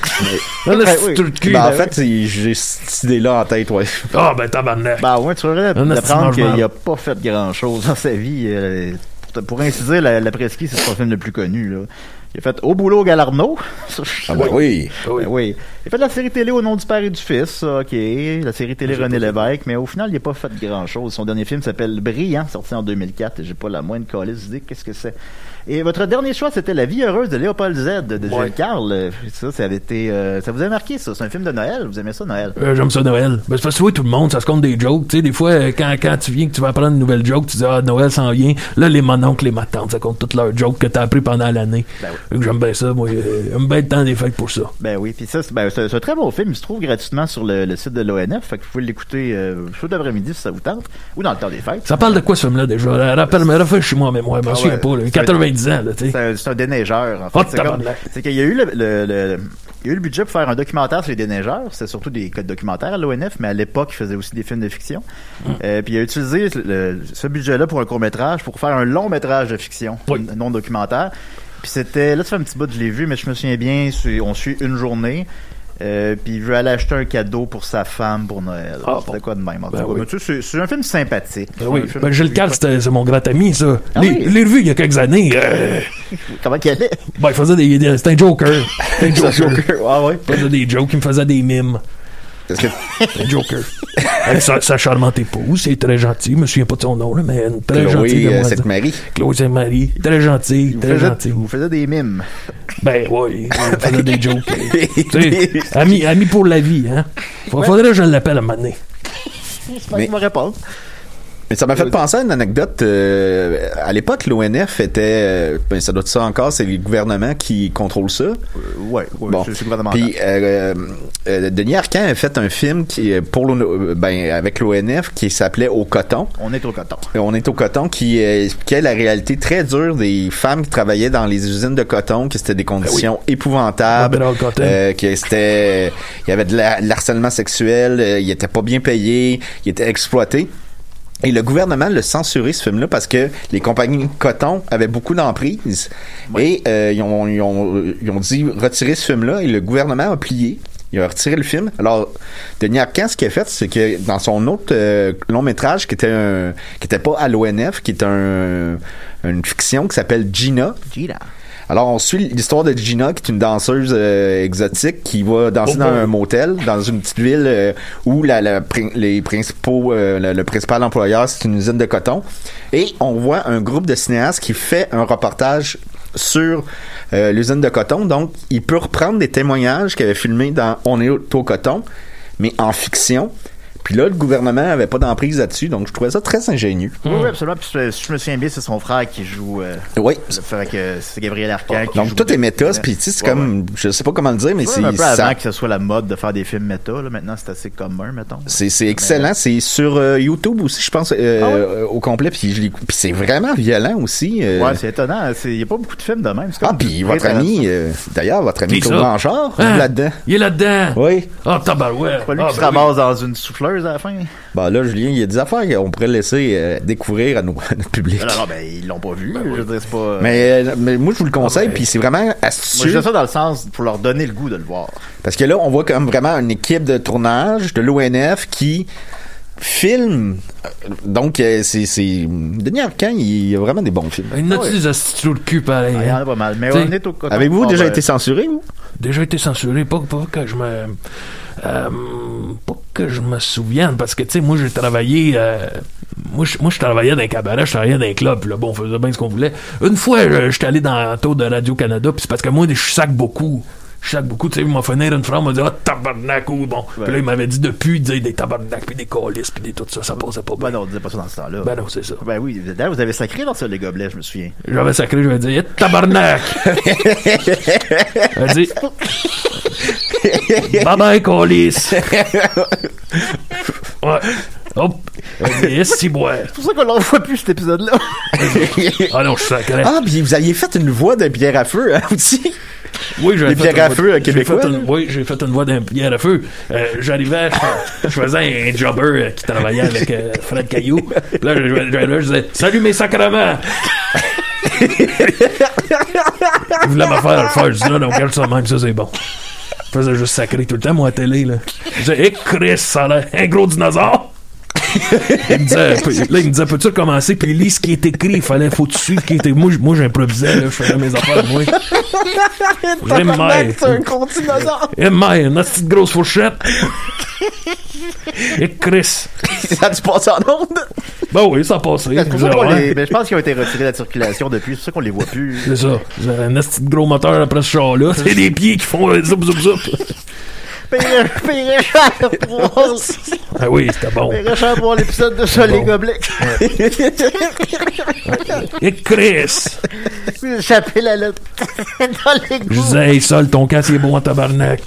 Ah, le Ah, petit oui. trou de cul. Ben, en fait, il- j'ai cette idée-là en tête, ouais. Ah, ben tabarnak. Ben ouais, tu devrais Un apprendre esti de qu'il mangement. a pas fait grand-chose dans sa vie. euh, pour, pour ainsi dire, la, la Presqu'île, c'est son film le plus connu, là. Il a fait Au boulot Galarno. Ah, ben oui. Ben oui. Il a fait la série télé au nom du père et du fils, ça, ok. La série télé René Lévesque, mais au final, il n'a pas fait grand chose. Son dernier film s'appelle Brillant, sorti en 2004. et J'ai pas la moindre calice d'idée de qu'est-ce que c'est. Et votre dernier choix, c'était La vie heureuse de Léopold Z de Jules Carl. Ça, ça avait été, euh, ça vous a marqué, ça. C'est un film de Noël. Vous aimez ça, Noël? Euh, J'aime ça Noël. Ben, c'est parce que oui, tout le monde, ça se compte des jokes. Tu sais, des fois, euh, quand, quand tu viens que tu vas apprendre une nouvelle joke, tu dis Ah, Noël s'en vient. Là, les mononcles, les matantes, ça compte toutes leurs jokes que t'as appris pendant l'année. Ben oui. Fait que J'aime bien ça, moi. euh, J'aime bien le temps des fêtes pour ça. Ben oui, puis ça, c'est ben, c'est- c'est un très bon film. Il se trouve gratuitement sur le, le site de l'ONF. Fait que vous pouvez l'écouter euh, cet après-midi si ça vous tente, ou dans le temps des fêtes. Ça parle de quoi ce film-là déjà? Euh, Rappelle-moi, refais-moi en mémoire, je m'en Ah souviens ouais. pas, là. Ça- 90 ans, là, tu sais. C'est un, c'est un déneigeur, en fait. Oh, c'est comme- tabarnak. c'est qu'il y a eu le, le- le- il y a eu le budget pour faire un documentaire sur les déneigeurs. C'est surtout des codes documentaires à l'ONF, mais à l'époque, il faisait aussi des films de fiction. Hum. Euh, puis il a utilisé le- ce budget-là pour un court-métrage, pour faire un long-métrage de fiction, Oui. n- non documentaire. Puis c'était, là, ça fait un petit bout, je l'ai vu, mais je me souviens bien, c'est- on suit une journée. Euh, puis il veut aller acheter un cadeau pour sa femme pour Noël. Ah, C'était bon. quoi de même? en tout Ben cas. oui. Mais tu sais, C'est c'est un film sympathique. Ben oui. Un film- Ben, Gilles Carl, c'était- c'est mon grand ami, ça. Ah les, oui. les revues, il y a quelques années, euh, Comment qu'il allait? ben, il faisait des. des- C'était un joker. C'était un joker. ah ouais. Il faisait des jokes, il me faisait des mimes. Est-ce que C'était un joker. Avec sa, sa charmante épouse, c'est très gentil. Je me souviens pas de son nom, là, mais une très gentille. Chloé, euh, demoiselle. cette Marie. Chloé Saint-Marie. Très gentille, Vous très faisiez- gentille. Vous faisiez des mimes. Ben, oui, il faisait des jokes. Tu sais, ami, ami pour la vie, hein. Faudrait que je l'appelle à un moment donné. Je pense qu'il va répondre. Mais ça m'a fait penser à une anecdote. euh, à l'époque, l'ONF était. euh, ben, ça doit être ça encore, c'est le gouvernement qui contrôle ça. Ouais, ouais, Bon. c'est c'est gouvernemental. Puis, euh, euh, Denis Arcand a fait un film qui, est pour l'O- ben, avec l'ONF qui s'appelait Au coton. On est au coton. Et On est au coton qui euh, expliquait la réalité très dure des femmes qui travaillaient dans les usines de coton, que c'était des conditions épouvantables, Ouais, Ah, ben, mais dans le coton. euh, que c'était, il y avait de la- de l'harcèlement sexuel, euh, ils étaient pas bien payés, ils étaient exploités. Et le gouvernement le censuré ce film-là parce que les compagnies de coton avaient beaucoup d'emprise et euh, ils, ont, ils ont- ils ont dit retirer ce film-là et le gouvernement a plié. Il a retiré le film. Alors, Denis Arcand, ce qu'il a fait, c'est que dans son autre euh, long métrage qui était un, qui était pas à l'ONF, qui est un, une fiction qui s'appelle Gina. Gina. Alors, on suit l'histoire de Gina, qui est une danseuse euh, exotique qui va danser dans un motel, dans une petite ville euh, où la, la pri- les principaux, euh, le, le principal employeur, c'est une usine de coton. Et on voit un groupe de cinéastes qui fait un reportage sur euh, l'usine de coton. Donc, il peut reprendre des témoignages qu'il avait filmés dans On est au au coton, mais en fiction. Puis là, le gouvernement avait pas d'emprise là-dessus, donc je trouvais ça très ingénieux. Oui, oui, absolument. Puis, euh, si je me souviens bien, c'est son frère qui joue. euh, Oui. le fait que c'est Gabriel Arcand qui joue Donc tout est des- méta, puis tu sais, c'est Ouais, ouais. comme, je sais pas comment le dire, mais Ouais, c'est mais un peu ça- avant que ce soit la mode de faire des films méta, là, maintenant c'est assez commun, mettons. C'est, c'est excellent. C'est sur euh, YouTube aussi, je pense, euh, Ah ouais? euh, au complet. Puis, je l'ai- puis c'est vraiment violent aussi. euh. Ouais, c'est étonnant. Il n'y a pas beaucoup de films de même. c'est ah, comme- puis c'est votre intéressant. ami, euh, d'ailleurs, votre ami Qui ça? Claude Blanchard, Hein? là-dedans. Il est là-dedans. Oui. Ah, tabarouette. C'est Pas lui Ah, qui se ben oui. ramasse dans une souffleuse à la fin. Bah là, Julien, il y a des affaires qu'on pourrait laisser euh, découvrir à, nos- à notre public. Alors, ben, ils l'ont pas vu. je veux dire, c'est pas. Mais, euh, mais moi, je vous le conseille, Ah, ben. puis c'est vraiment Moi, je astucieux. dis ça dans le sens pour leur donner le goût de le voir. Parce que là, on voit comme vraiment une équipe de tournage de l'ONF qui filme. Euh, Donc, euh, c'est, c'est... Denis Arcand, il y a vraiment des bons films. Il y en a-tu des astuces sur le cul pareil? Ah, Il y en hein? a pas mal. Mais T'sais, on est au coton. Avez-vous Ah, déjà ben, été censuré, vous? Déjà été censuré, pas, pas que je me. euh, pas que je me souvienne, parce que, tu sais, moi, j'ai travaillé. euh, moi, je, moi, je travaillais dans un cabaret, je travaillais dans un club, puis là, bon, on faisait bien ce qu'on voulait. Une fois, je j'étais allé dans le tour de Radio-Canada, puis c'est parce que moi, je sac beaucoup. Je sac beaucoup, tu sais, ils m'ont fait venir une phrase, ils m'ont dit, ah, tabarnak, ou bon. Puis là, ils m'avaient dit depuis, dire des tabarnak, puis des colis, puis des tout ça, ça passait pas Ben bien. non, on disait pas ça dans ce temps-là. Ben non, c'est ça. Ben oui, d'ailleurs, vous avez sacré dans ça, les gobelets, je me souviens. J'avais sacré, j'avais dit, Eh, tabarnak! Elle dit, bye bye, colis! ouais. Hop! Elle dit, Yes, si, ouais. C'est pour ça qu'on l'envoie plus, cet épisode-là. Ah non, je suis sacré. Ah, puis vous aviez fait une voix de pierre à feu, hein, aussi. oui, j'avais les fait une pierres à voix- feu, euh, j'ai québécois, fait une- là. oui, j'ai fait une voix d'un pierre à feu. Euh, J'arrivais, je- je faisais un jobber euh, qui travaillait avec euh, Fred Caillou. Puis Là, je, je- là, je disais, salut mes sacrements! Il voulait me faire le faire. Je disais, non, non, regarde ça, de même, ça, c'est bon. Je faisais juste sacrer tout le temps, moi, à télé, là. Je disais, hé, Chris, ça a l'air un gros dinosaure! il me disait, Pe- là, il me disait, peux-tu recommencer? Puis il lit ce qui est écrit, il fallait, faut-tu suivre ce qui était. Moi, j- moi j'improvisais, là, je faisais mes affaires, moi. J'ai mal. C'est un gros dinosaure. Eh, mais, une petite grosse fourchette. Et Chris. Ça a dû passer en onde. Ben oui, ça a passé. C'est pour ça qu'on Ouais. les- ben, je pense qu'ils ont été retirés de la circulation depuis, c'est pour ça qu'on les voit plus. C'est ça. J'ai un petit gros moteur après ce char-là. C'est des pieds qui font euh, zoup, zoup, zoup. Pire, pire cher pour voir- Ah oui, c'était bon. pire cher pour voir l'épisode de ça, les gobelets. Et Chris. Échapper la lettre dans les Je goûts. disais, hey, Sol, ton casque il est bon en tabarnak.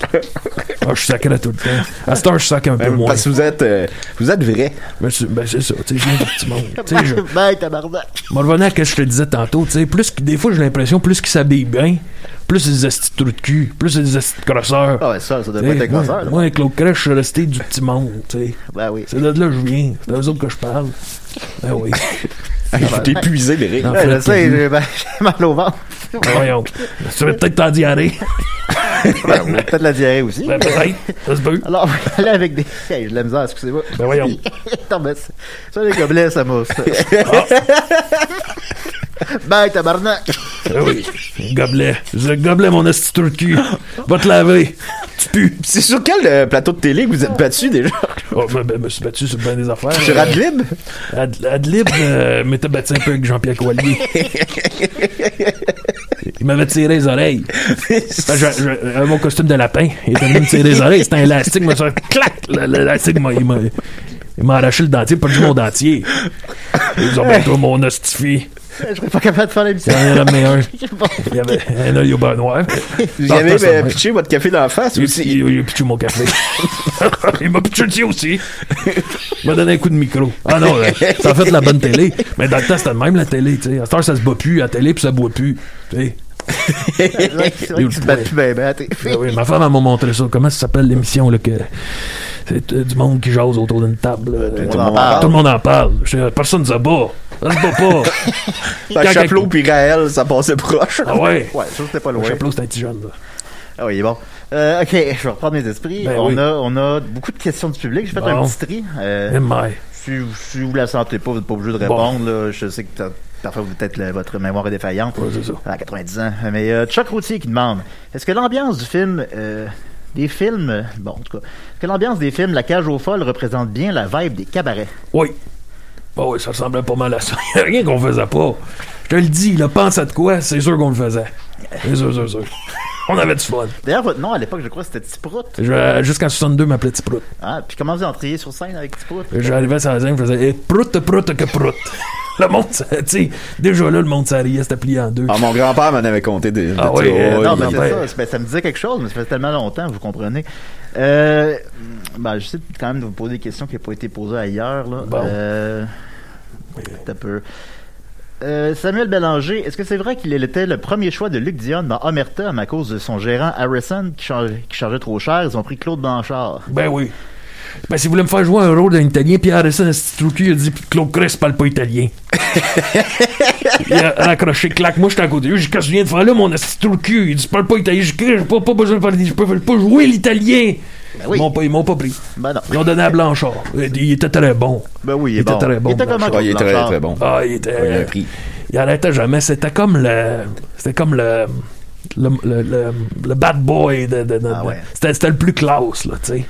Ah, je sacrais tout le temps. À cette heure, je sacre un peu moins. Parce que vous êtes, euh, vous êtes vrai. Ben, c'est ben, c'est ça. Tu sais, je viens du petit monde. Tu sais, je. Ben, tabarnak. M'en revenant à ce que je te disais tantôt, tu sais, plus que- des fois j'ai l'impression plus qu'ils s'habillent bien, plus c'est des astis de trous de cul, plus c'est des astis de crosseurs. Ah ouais, ça, ça devait pas T'sais, être un moi, cancer, là. moi, avec Claude Crèche, je suis resté du petit monde, tu sais. Ben oui. C'est de là que je viens. C'est d'eux autres que je parle. Ben oui. Je suis épuisé, les rires. ben. Non, Ouais, Fred, je sais, t'as vu. j'ai ben, j'ai mal au ventre. Voyons. Tu veux peut-être ta diarrhée. Peut-être la diarrhée aussi. Ben, peut-être. Ça se peut. Alors, on va aller avec des. Hey, j'ai de la misère, excusez-moi. Ben, voyons. non, mais c'est- ça, les gobelets, ça mousse. Ben, tabarnak. Ben oui. Gobelet. Je gobelet, mon asti de trou de cul. Va te laver. Tu pues. C'est sur quel euh, plateau de télé que vous êtes battu déjà? Oh, ben, ben, me suis battu sur bien des affaires. Sur Euh, Adlib? Ad- Adlib euh, m'était battu un peu avec Jean-Pierre Coallier. Il m'avait tiré les oreilles. Fait que je- je- euh, mon costume de lapin. Il était venu me tirer les oreilles. C'était un élastique. Moi, ça, clac! le- L'élastique, m'a- il m'a- il m'a arraché le dentier, pas du mon dentier. Ils ont bien toi, mon hostifie. Je serais pas capable de faire l'émission. Il y en a amené un. Il y avait un œil au beurre noir. Vous Dans avez le temps, ça, euh, ouais. pitché votre café dans la face Il, aussi. il- il a pitché mon café. il m'a pitché le tien aussi. Il m'a donné un coup de micro. Ah non, euh, ça a fait de la bonne télé. Mais dans le temps, c'était de même la télé. tu sais. À cette heure, ça se bat plus à la télé, puis ça boit plus. tu sais. C'est vrai que c'est vrai que tu te bats plus bien, ben, à tes- Ah oui, ma femme elle m'a montré ça. Comment ça s'appelle l'émission là, que c'est euh, du monde qui jase autour d'une table. là. Tout le monde en parle. Tout le monde en parle. Je dis, personne ne se bat. Ça se bat pas. Fait que Chapelot puis Raël, ça passait proche. Ah ouais. Ouais, ça c'était pas Le loin. chapeau, c'était un petit jeune. là. Ah oui, il est bon. Euh, ok, je vais reprendre mes esprits. Ben on, oui. a, on a beaucoup de questions du public. J'ai fait Bon. un petit tri. Euh, Eh, my. si, vous- si vous la sentez pas, vous n'êtes pas obligé de Bon. répondre. là. Je sais que t'as- parfois vous- peut-être la- votre mémoire est défaillante. Ouais, c'est ça. À 90 ans. Mais euh, Chuck Routier qui demande Est-ce que l'ambiance du film. euh, des films. euh, Bon, en tout cas. Est-ce que l'ambiance des films La Cage aux Folles représente bien la vibe des cabarets Oui. Ah oui, ça ressemblait pas mal à ça. Il a rien qu'on faisait pas. Je te le dis, là, pense à de quoi, c'est sûr qu'on le faisait. C'est sûr, sûr, sûr. On avait du fun. D'ailleurs, votre nom à l'époque, je crois, c'était Tiprout. Je- Jusqu'en 62, ma petite prout. Ah, puis comment vous entriez sur scène avec Tiprout J'arrivais sur la scène, je faisais eh, prout, prout, que prout. Le monde, ça- tu sais, déjà là, le monde s'arriait, c'était plié en deux. Ah, mon grand-père m'en avait compté des. Ah oui, euh, Non, Oui, mais mon c'est père. ça, c'est- ben, ça me disait quelque chose, mais ça fait tellement longtemps, vous comprenez. Euh, ben, je sais quand même de vous poser des questions qui n'ont pas été posées ailleurs. Là. Bon. Euh, t'as peu. Euh, Samuel Bélanger, est-ce que c'est vrai qu'il était le premier choix de Luc Dion dans Omerta à cause de son gérant Harrison qui chargeait, qui chargeait trop cher? Ils ont pris Claude Blanchard. Ben oui. Ben, si vous voulez me faire jouer un rôle d'un Italien, Pierre Harrison, un petit trou de cul, il a dit Claude Crest parle pas italien. il a raccroché, claque. Moi, j'étais à côté. de lui, J'ai dit, qu'est-ce que tu viens de faire là, mon petit trou de cul? Il dit, parle pas italien. J'ai dit, Christ, j'ai pas, pas besoin de parler. Je peux pas jouer l'italien. oui. Ils m'ont pas, ils m'ont pas pris. Ben non. Ils l'ont donné à Blanchard. Il il était très bon. Ben oui, il, est Il était bon. très bon, Il était comment, Blanchard. Claude il est très, Blanchard? très bon. Ah, il était. Il a pris. Il arrêtait jamais. C'était comme le. C'était comme le. Le, le, le, le bad boy de. de, de- Ah ouais. c'était, c'était le plus classe, là, tu sais.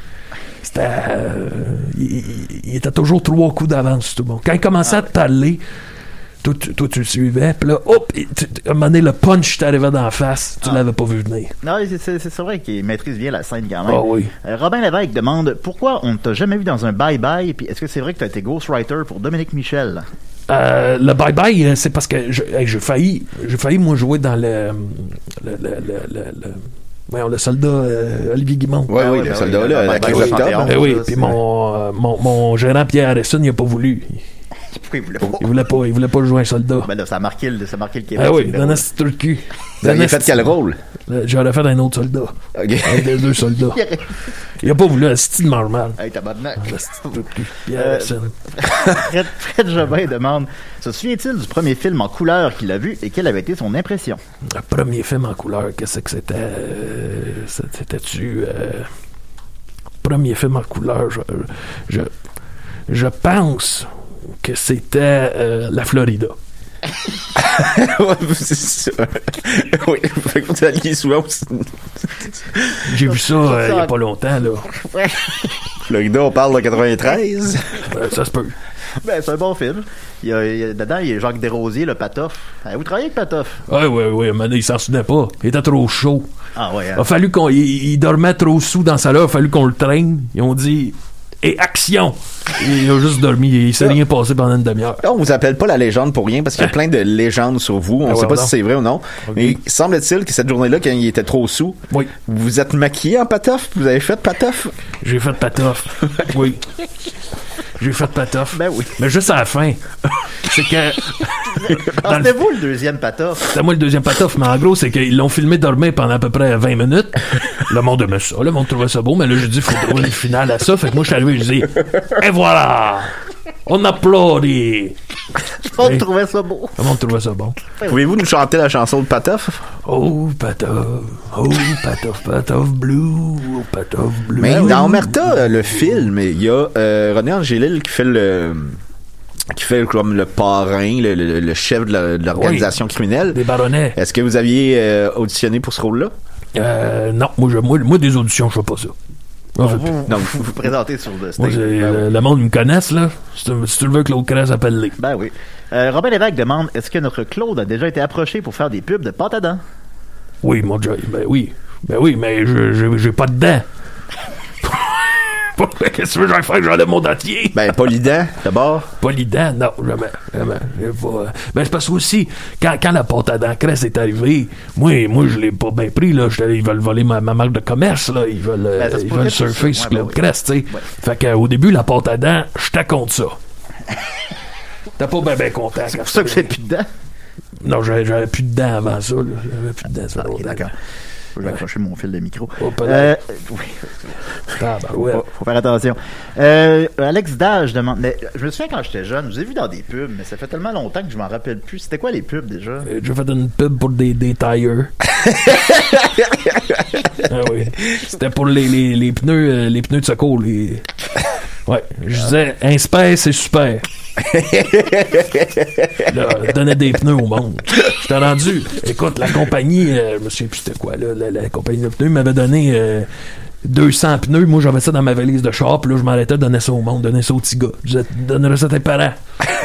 C'était. euh, il, il- il était toujours trois coups d'avance, sur tout le monde. Quand il Ah commençait à te parler, toi, tu, toi, tu le suivais, puis là, hop, il- tu- tu- à un moment donné, le punch t'arrivait d'en face, Ah. tu l'avais pas vu venir. Non, c'est- c'est c'est vrai qu'il maîtrise bien la scène quand même. Ah oui. Euh, Robin Lévesque demande pourquoi on ne t'a jamais vu dans un bye-bye, puis est-ce que c'est vrai que tu as été ghostwriter pour Dominique Michel Euh, le bye-bye, euh, c'est parce que je- hey, j'ai failli, j'ai failli, moi, jouer dans le. le, le, le- le- le- voyons, le soldat euh, Olivier Guimont. Ouais, Ah oui, ouais, le ben soldat, oui, là, ben la oui, 15 ben oui, octobre. ben Eh oui, Ça, puis c'est- mon, euh, mon, mon gérant Pierre Harrison, il a pas voulu. Pourquoi il voulait pas Il voulait pas, il voulait pas jouer un soldat. Ben là, ça a marqué le, ça a marqué le Québec. Ah ce oui, numéro-là. dans un petit trou de cul. Vous aviez Dans un fait petit- quel rôle? Euh, J'aurais fait un autre soldat. Ok. Un des deux soldats. Il a pas voulu un style normal. Hey, euh, tabarnak. Pierre Euh, Harrison. Fred, Fred Jobin demande Se souvient-il du premier film en couleur qu'il a vu et quelle avait été son impression Le premier film en couleur, qu'est-ce que c'était? euh, c'est- C'était-tu... euh, premier film en couleur, je, je, je pense que c'était euh, La Florida. Ouais, c'est ça. oui, fait que vous alliez souvent au J'ai vu ça euh, il y a pas longtemps, là. Florida, on parle de 93. Euh, ça se peut. Ben, c'est un bon film. Il y a, il y a- dedans, il y a Jacques Desrosiers, le Patoff. Ah, vous travaillez avec Patoff Ah oui, oui, mais il s'en souvenait pas. Il était trop chaud. Ah ouais. hein. Il a fallu qu'on. Il, il dormait trop sous dans sa loge, il a fallu qu'on le traîne. Ils ont dit. Et action! Il a juste dormi, il s'est rien passé pendant une demi-heure. On vous appelle pas la légende pour rien parce qu'il y a plein de légendes sur vous. On Ah ouais, sait pas non. si c'est vrai ou non. Mais semble-t-il que cette journée-là, quand il était trop sous, Oui. vous êtes maquillé en patoff? Vous avez fait patoff? J'ai fait patoff. Oui. J'ai fait patoff. Ben oui. Mais juste à la fin. C'est que. Ah, dans le- c'était vous le deuxième Patoff C'est moi le deuxième patoff, mais en gros, c'est qu'ils l'ont filmé dormir pendant à peu près 20 minutes. Le monde aimait ça, le monde trouvait ça beau, mais là, j'ai dit, faut trouver une finale à ça. Fait que moi, je suis arrivé, je dis, et voilà! On applaudit! On Oui. trouvait ça beau. Le monde trouvait ça bon. Pouvez-vous nous chanter la chanson de patoff? Oh, Patov, oh, Patov, Patov Blue, oh, Patov Blue. Mais Ben dans Omerta, euh, le film, il y a euh, René Angélil qui fait le qui fait comme le parrain, le, le- le chef de la- de l'organisation criminelle. Des baronnets. Est-ce que vous aviez euh, auditionné pour ce rôle-là? Euh, non, moi, je, moi, moi, des auditions, je fais pas ça. Moi, je- Vous, Non. vous vous présentez sur le moi, stage. j'ai- Ben oui. le, le monde me connaisse, là. Si tu, si tu le veux que l'autre crèche, appelle-les. Ben oui. Euh, Robin Lévesque demande Est-ce que notre Claude a déjà été approché pour faire des pubs de pâte à dents Oui, mon Dieu, ben oui. Ben oui, mais je, je- j'ai pas de dents. pas. Qu'est-ce que tu veux, j'en ferais que j'enlève mon dentier? Ben, pas l'ident, d'abord. Pas l'ident, non, jamais, jamais. J'ai pas- Ben, c'est parce que aussi, quand, quand la porte à dents cresse est arrivée, moi, moi je l'ai pas bien pris, là. J'étais allé- ils veulent voler ma, ma marque de commerce, là. Ils veulent, euh, Ben, ça se ils pourrait veulent que ça surfer soit- sur ouais, Claude ben oui. Crest, tu sais. Ouais. Fait qu'au début, la porte à dents, je t'accorde ça. T'as pas bien ben content. C'est pour ça que j'ai plus dedans. Non, j'avais j'avais plus de dents avant ça, là. J'avais plus de dents, ça fait Ah, Ok, longtemps. d'accord. Faut que j'accroche mon fil de micro. Oh, pas Euh, oui, Tabarouette. faut, faut faire attention. Euh, Alex Dage demande. Mais je me souviens quand j'étais jeune, je vous ai vu dans des pubs, mais ça fait tellement longtemps que je m'en rappelle plus. C'était quoi les pubs déjà? J'ai déjà fait une pub pour des, des tires. ah oui. C'était pour les, les, les pneus euh, les pneus de secours. Les... Ouais. Je disais, inspect, c'est super. là, je donnais des pneus au monde. J'étais rendu. Écoute, la compagnie, euh, je me souviens plus c'était quoi, là, la, la compagnie de pneus m'avait donné euh, 200 pneus. Moi, j'avais ça dans ma valise de char. Puis là, je m'arrêtais, donnais ça au monde, donnais ça aux petits gars. Je disais, donnerais ça à tes parents.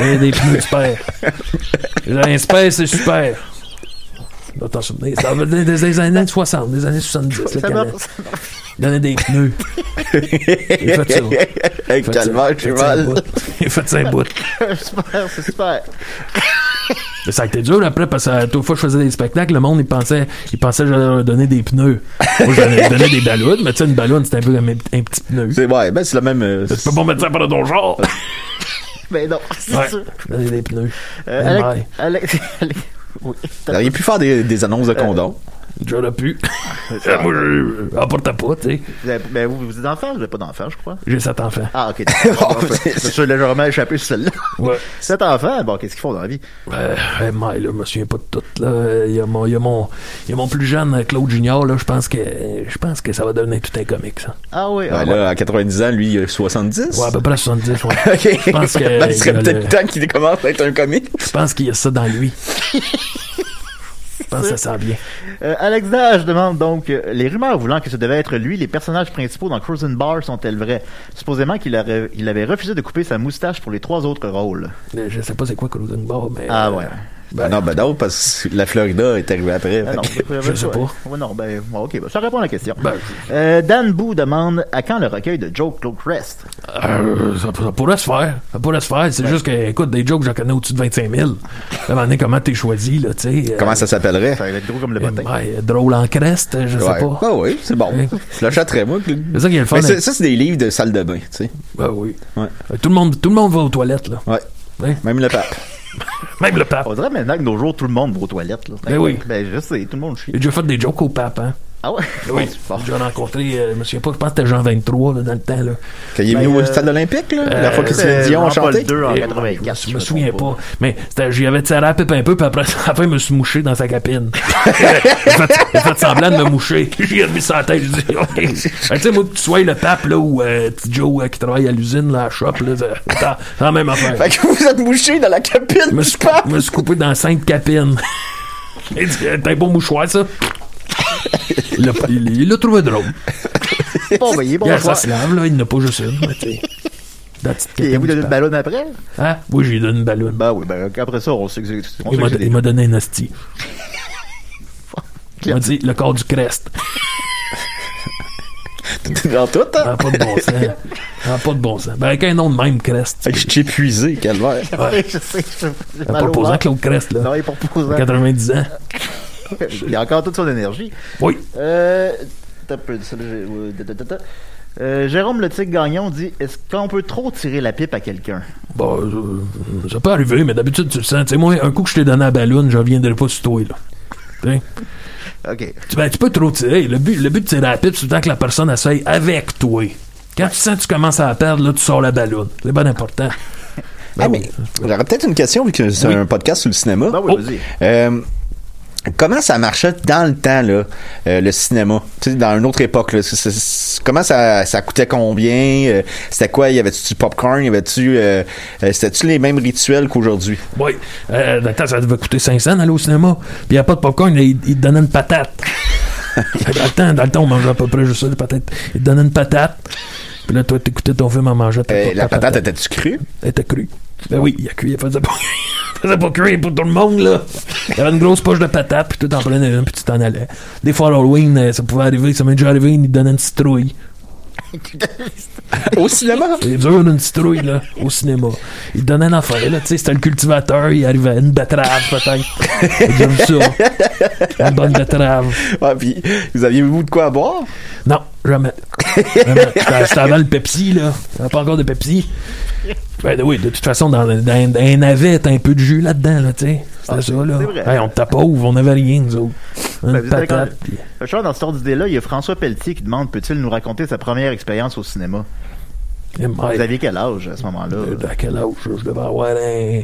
Et des pneus super. L'inspect, c'est super. Dans ton souvenir. Ça va des, des- des années 60, des années 70. là, Ça qu'il y m'a- avait- il donnait des pneus. Il a fait ça. Hey, Il a fait calvaire, ça. j'ai Il a fait ça un mal. bout. Il a fait ça un bout. super, c'est super. Mais ça a été dur après parce que à toute fois que je faisais des spectacles, le monde il pensait, il pensait que j'allais leur donner des pneus. Moi j'allais donner des ballons, mais tu sais une ballonne c'était un peu comme un, un petit pneu. Tu C'est, ouais, ben, c'est la même. euh, peux pas mettre ça pendant ton genre. Mais non, c'est Ouais. sûr. Donner des pneus. Euh, Ben, Alex, bye. Alex, Alex- oui. T'aurais pu faire des, des annonces de Euh, condoms. J'aurais pu. Moi ah, je emporte pas, tu sais. Vous avez- ben, vous, vous êtes enfant? Vous n'avez pas d'enfant, je crois. J'ai sept enfants. Ah, ok. Bon, c'est- C'est sûr, là, j'aurais mal échappé sur celle-là. Ouais. Cet enfant, bon, qu'est-ce qu'ils font dans la vie? Euh, hey, Mike, là, je me souviens pas de tout. Là, il y a mon, il y a mon, il y a mon plus jeune euh, Claude Junior. Là, je pense que, je pense que ça va devenir tout un comique ça. Ah oui, ah, Ben, ouais. là, à 90 ans, lui, il a 70. Ouais, à peu près 70. Ouais. Ok. Je pense que- Ben, il serait il a peut-être le- temps qu'il commence à être un comique. Je pense qu'il y a ça dans lui. Je pense que ça sent bien. Euh, Alex Dage demande donc euh, les rumeurs voulant que ce devait être lui, les personnages principaux dans Cruisin' Bar sont-elles vraies Supposément qu'il aurait- il avait refusé de couper sa moustache pour les trois autres rôles. Mais Je sais pas c'est quoi Cruising Bar, mais. Ah ouais. Ben, non, ben non, parce que la Florida est arrivée après. Ah, non, fait que- je sais pas. Ouais, non, ben, bon, ok, ben, ça répond à la question. Ben, Euh, Dan Boo demande à quand le recueil de Joe Claude Crest euh, ça, ça pourrait se faire. Ça pourrait se faire. C'est juste que, écoute, des jokes, j'en connais au-dessus de 25 000. Demandez comment t'es choisi, là, tu sais. euh, Comment ça s'appellerait? Ça va être gros comme le euh, botin. ouais, drôle en creste, je sais Ouais. pas. Ah oui, c'est bon. Ouais. Je l'achèterais, moi. C'est ça qui est le fun. Mais c'est- hein. ça, c'est des livres de salle de bain, tu sais. Ben oui. Ouais. Euh, Tout le monde, tout le monde va aux toilettes, là. Ouais. Ouais. Même le pape. Même le pape. On dirait maintenant que nos jours, tout le monde va aux toilettes. Là. Ben oui. Ben, je sais, tout le monde chie. J'ai déjà fait des jokes au pape, hein. Ah ouais? Oui. Bon. J'ai rencontré, euh, je me souviens pas, je pense que c'était Jean 23, là, dans le temps, là. Quand il est Ben, venu au euh, stade olympique, là, la fois que C'est Céline Dion a euh, Jean-Paul chanté. II en Et- 84. Eh, Je me souviens trompe pas. Mais c'était- j'y avais tiré la pipe un peu, puis après, à la fin, je me suis mouché dans sa capine. j'ai fait, j'ai fait semblant de me moucher. J'y ai remis sa tête. J'ai dit, OK. Fait que, Tu sais, moi, que tu sois le pape, là, ou euh, petit Joe euh, qui travaille à l'usine, là, à la shop, là, c'est- c'est la- c'est la même affaire. Fait que vous êtes mouché dans la capine Je me du suis, pape. je me suis coupé dans cinq capines. Il dit, T'as un beau mouchoir, ça? Il l'a- il il l'a trouvé drôle. Bon, ben, il est bon. Regarde, bonsoir. ça se lave, là, il n'a pas juste une. mais tu sais. La petite Et capine vous donnez du une pape. ballonne après? Hein? Oui, j'ai donné une ballonne. Ben oui, ben après ça, on sait que c'est. on sait Il m'a que c'est il des- m'a donné un hostie. Il m'a dit le corps du Crest. dans tout, Ça hein? n'a pas de bon sens. Ça n'a pas de bon sens. Ben, avec un nom de même, Crest. Fait que je suis épuisé, calvaire. Ouais, je sais, je- j'ai En mal au proposant ventre. Claude Crest, Non, là. il est proposant. 90 ans. Il a encore toute son énergie. Oui. Euh. t'as un peu, ça, là, j'ai- euh, ta, ta, ta, ta. Euh, Jérôme Le Tigre Gagnon dit Est-ce qu'on peut trop tirer la pipe à quelqu'un Bon, euh, ça peut arriver, mais d'habitude, tu le sens. Tu sais, moi, un coup que je t'ai donné la ballon, je reviendrai pas sur toi, là. Tu sais. Ok. Tu- ben, tu peux trop tirer. Le but, le but de tirer la pipe, c'est tout le temps que la personne essaye avec toi. Quand tu sens que tu commences à la perdre, là, tu sors la ballon. C'est bien important. Ah, mais j'aurais peut-être une question, vu que c'est Oui. un podcast sur le cinéma. Ben oui, Oh. vas-y. Euh, Comment ça marchait dans le temps, là, euh, le cinéma? Tu sais, dans une autre époque, là, c'est- c'est- c'est- comment ça, ça coûtait combien? Euh, c'était quoi? Y avait-tu du popcorn? Y avait-tu, euh, euh, c'était-tu les mêmes rituels qu'aujourd'hui? Oui. Euh, attends, ça devait coûter 500 d'aller au cinéma. Puis il n'y a pas de popcorn, il, il te donnait une patate. dans, le temps, dans le temps, on mangeait à peu près juste ça, des patates. Il te donnait une patate. Puis là, toi, t'écoutais ton film en mangeant. ta- Euh, ta- la ta patate était-tu crue? Elle était crue. Ben oui, il a cuit, il faisait pas, il faisait pas cuire pour tout le monde, là. Il y avait une grosse poche de patates, puis toi, t'en prenais une, puis tu t'en allais. Des fois, à Halloween, euh, ça pouvait arriver, ça m'est déjà arrivé, il te donnait une citrouille. Au cinéma? C'est dur une citrouille, là, au cinéma. Il te donnait un affaire, là, tu sais, c'était le cultivateur, il arrivait à une betterave, peut-être. J'aime ça. Une bonne betterave. Ah, puis, vous aviez beaucoup de quoi à boire? Non, jamais. Jamais. C'était c'était avant le Pepsi, là. Il n'y a pas encore de Pepsi. Ben oui, de toute façon, dans, dans- dans un navet, t'as un peu de jus là-dedans, là, tu sais. C'était ça, Ah, c'est- là. c'est vrai. Hey, on t'a pauvre, on n'avait rien, nous autres. Une Ben, vous savez patate, quand- puis- Je suis dans cette ordre d'idée-là, il y a François Pelletier qui demande peut-il nous raconter sa première expérience au cinéma Eh, Vous my aviez quel âge à ce moment-là Euh, à quel âge? Je devais avoir un,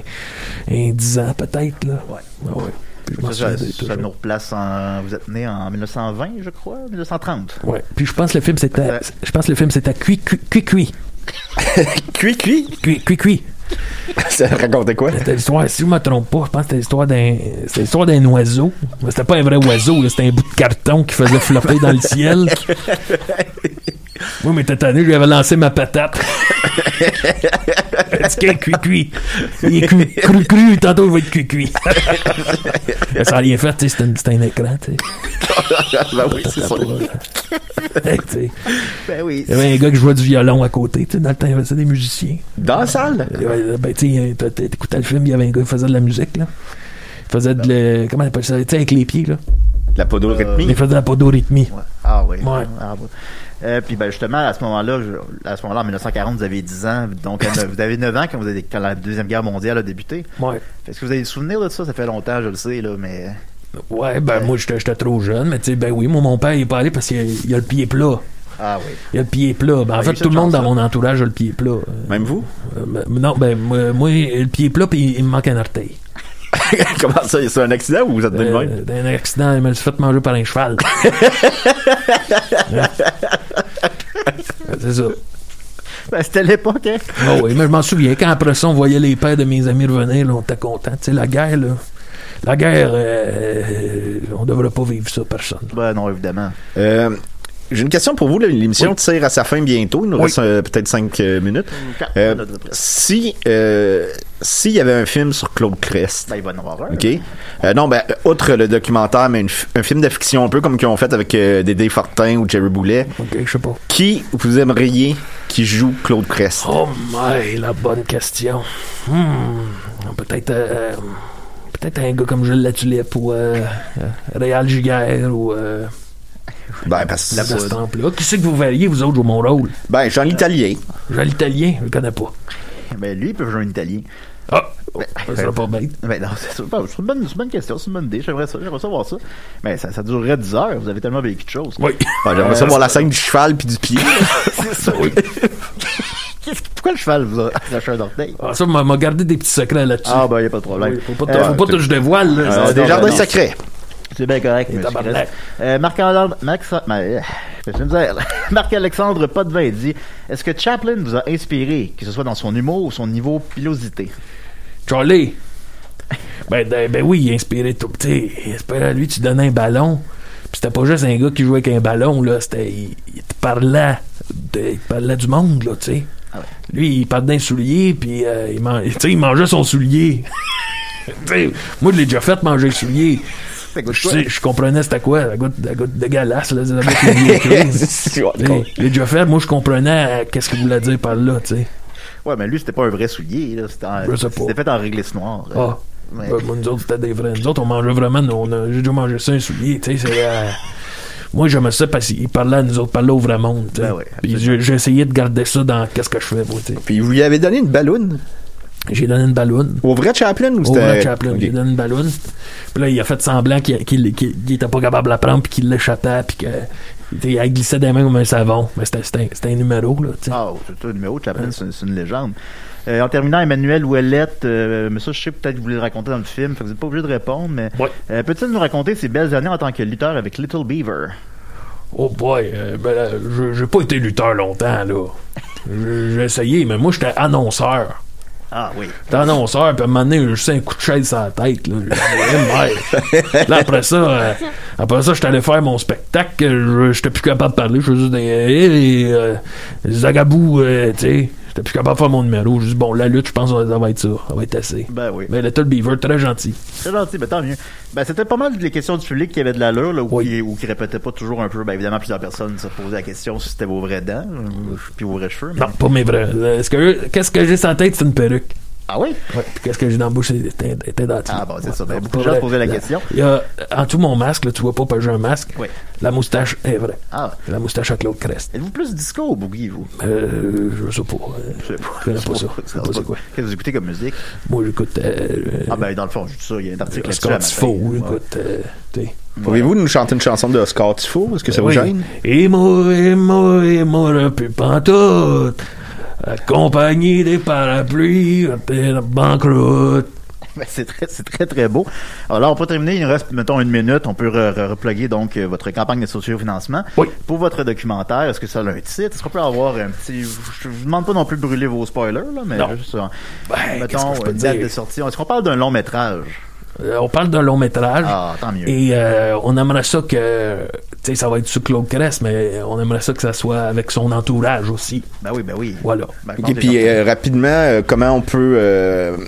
un 10 ans peut-être, là. Ouais. ouais. Puis je m'en Ça, souviens de- ça, ça nous replace en. Vous êtes né en 1920, je crois 1930 Ouais. Puis je pense que le film c'était Ouais. je pense que le film c'était cuit cuit cuit cuit Cuit, cuit! cuit cuit cuit. Ça racontait quoi? C'était l'histoire si je me trompe pas, je pense que c'était l'histoire d'un c'était l'histoire d'un oiseau. Mais C'était pas un vrai oiseau, là, c'était un bout de carton qui faisait flopper dans le ciel. Moi, mais t'as tanné, je lui avais lancé ma patate. Est-ce qu'il est cuit cuit? Il est cuit cru cru, tantôt il va être cuit cuit. Mais ça a rien fait, tu sais, c'était une- c'était un écran, tu sais. Ben oui, c'est ça. Hey, tu sais, Ben oui. Il y avait un gars qui jouait du violon à côté, tu sais, dans le temps, il y avait ça des musiciens. Dans la salle? Et ouais, Ben, tu sais, t'as- t'as- t'écoutais le film, il y avait un gars qui faisait de la musique, là. Il faisait de le. Comment on appelle ça? Tu sais, avec les pieds, là. La Il podorythmie? faisait de la podorythmie. Ouais. Ah oui. Ouais. Ah, oui. Euh, puis ben justement, à ce moment-là, je- à ce moment-là, en 1940, vous avez 10 ans, donc à neuf- vous avez 9 ans quand, vous avez, quand la Deuxième Guerre mondiale a débuté. Ouais. Est-ce que vous avez des souvenirs de ça? Ça fait longtemps, je le sais, là, mais... Ouais, ben, moi, j'étais j'étais trop jeune, mais tu sais, ben oui, moi, mon père, il est pas allé parce qu'il a- il a le pied plat. Ah oui. Il a le pied plat. Ben, en Ah, il fait, est tout le monde chanceux. dans mon entourage a le pied plat. Euh, Même vous? ben, non, ben, moi, moi, le pied plat, puis il me manque un orteil. Comment ça? C'est un accident ou vous êtes de Euh, même? Dans un accident, il me suis fait manger par un cheval. Hein? C'est ça. Ben, c'était l'époque, hein? Ah oui, mais je m'en souviens. Quand après ça, on voyait les pères de mes amis revenir, là, on était contents. Tu sais, la guerre, là. La guerre, euh, on devrait pas vivre ça, personne. Ben non, évidemment. Euh, J'ai une question pour vous. là. L'émission tire à sa fin bientôt. Il nous Oui. reste euh, peut-être cinq euh, minutes. Mm. Euh, si euh, s'il y avait un film sur Claude Crest, Ben, il va en avoir un. OK? Euh, non, ben, outre le documentaire, mais une f- un film de fiction un peu comme qu'ils ont fait avec euh, Dédé Fortin ou Jerry Boulet, OK, je sais pas. qui vous aimeriez qui joue Claude Crest? Oh my, la bonne question. Hmm, Peut-être euh, peut-être un gars comme Jules Latulippe ou euh, euh, Réal Giguère ou euh, Ben, parce la Bastante. là. Qui c'est que vous verriez, vous autres, jouer mon rôle? ben, Jean l'Italien. J'ai l'italien, je le connais pas. Ben, lui, il peut jouer un Italien. Ah, ça serait pas bête. Ben non, c'est c'est pas- c'est une, bonne- c'est une bonne question, c'est une bonne idée. J'aimerais ça, j'aimerais savoir ça. Ben, ça, ça durerait 10 heures. Vous avez tellement vécu de choses. Oui. Ben, J'aimerais ça voir la scène du cheval puis du pied. c'est ça. Qu'est-ce que- pourquoi le cheval vous a attaché un orteil? Ah, ça, m'a m'a gardé des petits secrets là-dessus. Ah, ben, il a pas de problème. Oui, faut pas Euh, tout- faut pas tout que je dévoile. là. Ah, Euh, non, des jardins non. secrets. Euh, C'est bien correct, monsieur tabarnak. Crest. Euh, Marc-Alexandre, Max, ma- euh, je vais me dire, là. Marc-Alexandre Potvin dit, est-ce que Chaplin vous a inspiré, que ce soit dans son humour ou son niveau pilosité? Charlie! Ben, ben, ben oui, il inspirait tout. petit. il inspirait à lui, tu donnais un ballon. Puis c'était pas juste un gars qui jouait avec un ballon, là. C'était. Il, il te parlait. de- il te parlait du monde, là, tu sais. Lui, il partait d'un soulier, puis euh, il, man- tu sais, il mangeait son soulier. Tu sais, moi, je l'ai déjà fait manger le soulier. Ça goûte Je quoi? sais, je comprenais c'était quoi, la goutte, la goutte dégueulasse, là. c'est la goutte qui est écrite. C'est- Tu sais, Je l'ai déjà fait, moi, je comprenais euh, qu'est-ce qu'il voulait dire par là, tu sais. Ouais, mais lui, c'était pas un vrai soulier, là. C'était en- Je sais pas. c'était fait en réglisse noire. Euh, Ah. Ouais. Ben, moi, nous autres, c'était des vrais. Nous autres, on mangeait vraiment. nous, on a- J'ai déjà mangé ça, un soulier. Tu sais, c'est. euh, Moi, j'aimais ça parce qu'il parlait à nous autres, parlait au vrai monde. tu sais. Ben ouais, Puis j'ai j'ai essayé de garder ça dans qu'est-ce que je fais. moi, tu sais. Puis vous lui avez donné une balloune. J'ai donné une balloune. Au vrai Chaplin ou Au c'était. vrai Chaplin, Ok. j'ai donné une balloune. Puis là, il a fait semblant qu'il qu'il- qu'il- qu'il était pas capable de la prendre, puis qu'il l'échappait, puis qu'il elle glissait des mains comme un savon. Mais c'était- c'était un- c'était un numéro, là, tu sais. Ah, c'est un numéro de Chaplin, c'est c'est une légende. Euh, en terminant, Emmanuel Ouellette, euh, mais ça, je sais peut-être que vous voulez le raconter dans le film, fait que vous n'êtes pas obligé de répondre, mais Ouais. euh, peut-il nous raconter ses belles années en tant que lutteur avec Little Beaver? Oh boy, euh, ben, là, je- j'ai pas été lutteur longtemps, là. J'ai j'ai essayé, mais moi, j'étais annonceur. Ah oui. T'es annonceur, puis à un moment donné, juste un coup de chaise sur la tête. Là, J'ai dit, Eh, merde. Là, après ça, euh, après ça, j'étais allé faire mon spectacle. que je- J'étais plus capable de parler. Je faisais des, eh, les, euh, les agabous, euh, tu sais. J'étais plus capable de faire mon numéro. Juste, bon, la lutte, je pense que ça va être ça. Ça va être assez. Ben oui. Mais Little Beaver, très gentil. C'est gentil, mais tant mieux. Ben, c'était pas mal les questions du public qui avaient de l'allure, là, ou, Oui. qui, ou qui répétaient pas toujours un peu. Ben, évidemment, plusieurs personnes se posaient la question si c'était vos vraies dents, ou- puis vos vrais cheveux. mais- Non, pas mes vrais. Euh, Est-ce que qu'est-ce que j'ai sur la tête, c'est une perruque. Ah oui? Puis qu'est-ce que j'ai dans la bouche, c'est des des- des dents. Ah, bon, c'est ça. Ben, Ouais, beaucoup de pas gens vrai. se posaient la question. Il y a, en tout mon masque, là, tu vois pas parce que j'ai un masque. Oui. La moustache est vraie. Ah. La moustache à Claude Crest. Êtes-vous plus disco ou boogie, vous? Euh, je sais pas. euh, Je sais pas. Je connais pas ça. Je Je sais sais pas c'est quoi. Qu'est-ce que vous écoutez comme musique? Moi, j'écoute. Euh, Ah, ben, dans le fond, je dis ça. Il y a un article là-dessus. à Scott matin. Tifo, Ouais. j'écoute. euh, tu sais. Pouvez-vous nous chanter une chanson de Oscar Tifo? Est-ce que ça vous Oui. gêne? Et moi, et moi, et moi, plus pantoute. Accompagné des parapluies, on fait la banqueroute. Ben, c'est très, c'est très, très beau. Alors, pour terminer, il nous reste, mettons, une minute. On peut re- re- reploguer, donc, euh, votre campagne de sociofinancement. Oui. Pour votre documentaire, est-ce que ça a un titre? Est-ce qu'on peut avoir un petit... Je vous demande pas non plus de brûler vos spoilers, là, mais Non. juste, euh, Ben, qu'est-ce mettons, que je peux une te date dire? de sortie. Est-ce qu'on parle d'un long métrage? Euh, on parle d'un long métrage. Ah, tant mieux. Et euh, on aimerait ça que. Tu sais, ça va être sur Claude Crest, mais on aimerait ça que ça soit avec son entourage aussi. Ben oui, ben oui. Voilà. Ben, Et puis euh, rapidement, euh, comment on peut euh,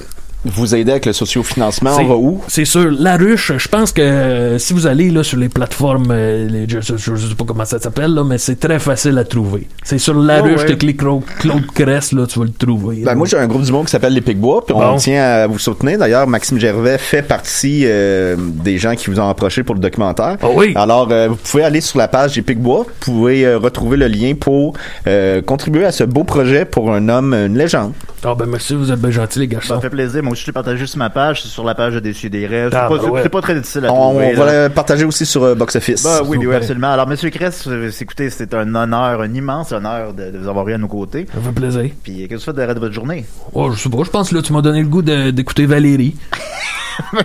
vous aider avec le sociofinancement? On va où? C'est sûr, La Ruche, je pense que euh, si vous allez là, sur les plateformes, euh, les- je, je- je sais pas comment ça s'appelle, là, mais c'est très facile à trouver. C'est sur La Ouais, Ruche, ouais. tu cliques Clo- Claude Crest, là, tu vas le trouver. Ben, moi, j'ai un groupe du monde qui s'appelle Les Picbois, puis on Bon. tient à vous soutenir. D'ailleurs, Maxime Gervais fait partie euh, des gens qui vous ont approché pour le documentaire. Ah oui. Alors, euh, vous pouvez aller sur la page des Picbois, vous pouvez euh, retrouver le lien pour euh, contribuer à ce beau projet pour un homme, une légende. Ah, ben merci, vous êtes bien gentils, les garçons. Ça me Ben, fait plaisir. Moi aussi, je l'ai partagé sur ma page. C'est sur la page de Déçu des rêves. C'est Ah, pas, ben c'est- ouais. c'est pas très difficile à On, trouver. là. va le partager aussi sur euh, Box Office. Bah oui, S'il vous oui, plaît. absolument. Alors, Monsieur Cress, euh, c'est- écoutez, c'est un honneur, un immense honneur de, de vous avoir eu à nos côtés. Ça me fait plaisir. Puis, euh, qu'est-ce que vous faites de la reste de votre journée? Oh, je sais pas, je pense que là, tu m'as donné le goût de- d'écouter Valérie.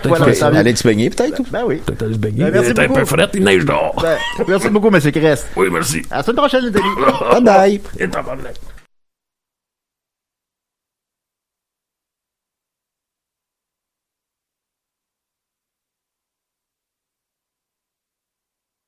Voilà, que- ça va bien. Allez se baigner, peut-être? ou- Ben oui. Peut-être aller se baigner. Ben, merci Il est un beaucoup. peu frette, il neige dehors. Ben, merci beaucoup, Monsieur Cress. Oui, merci. À la semaine prochaine, les amis. Bye bye! Et tabarnak.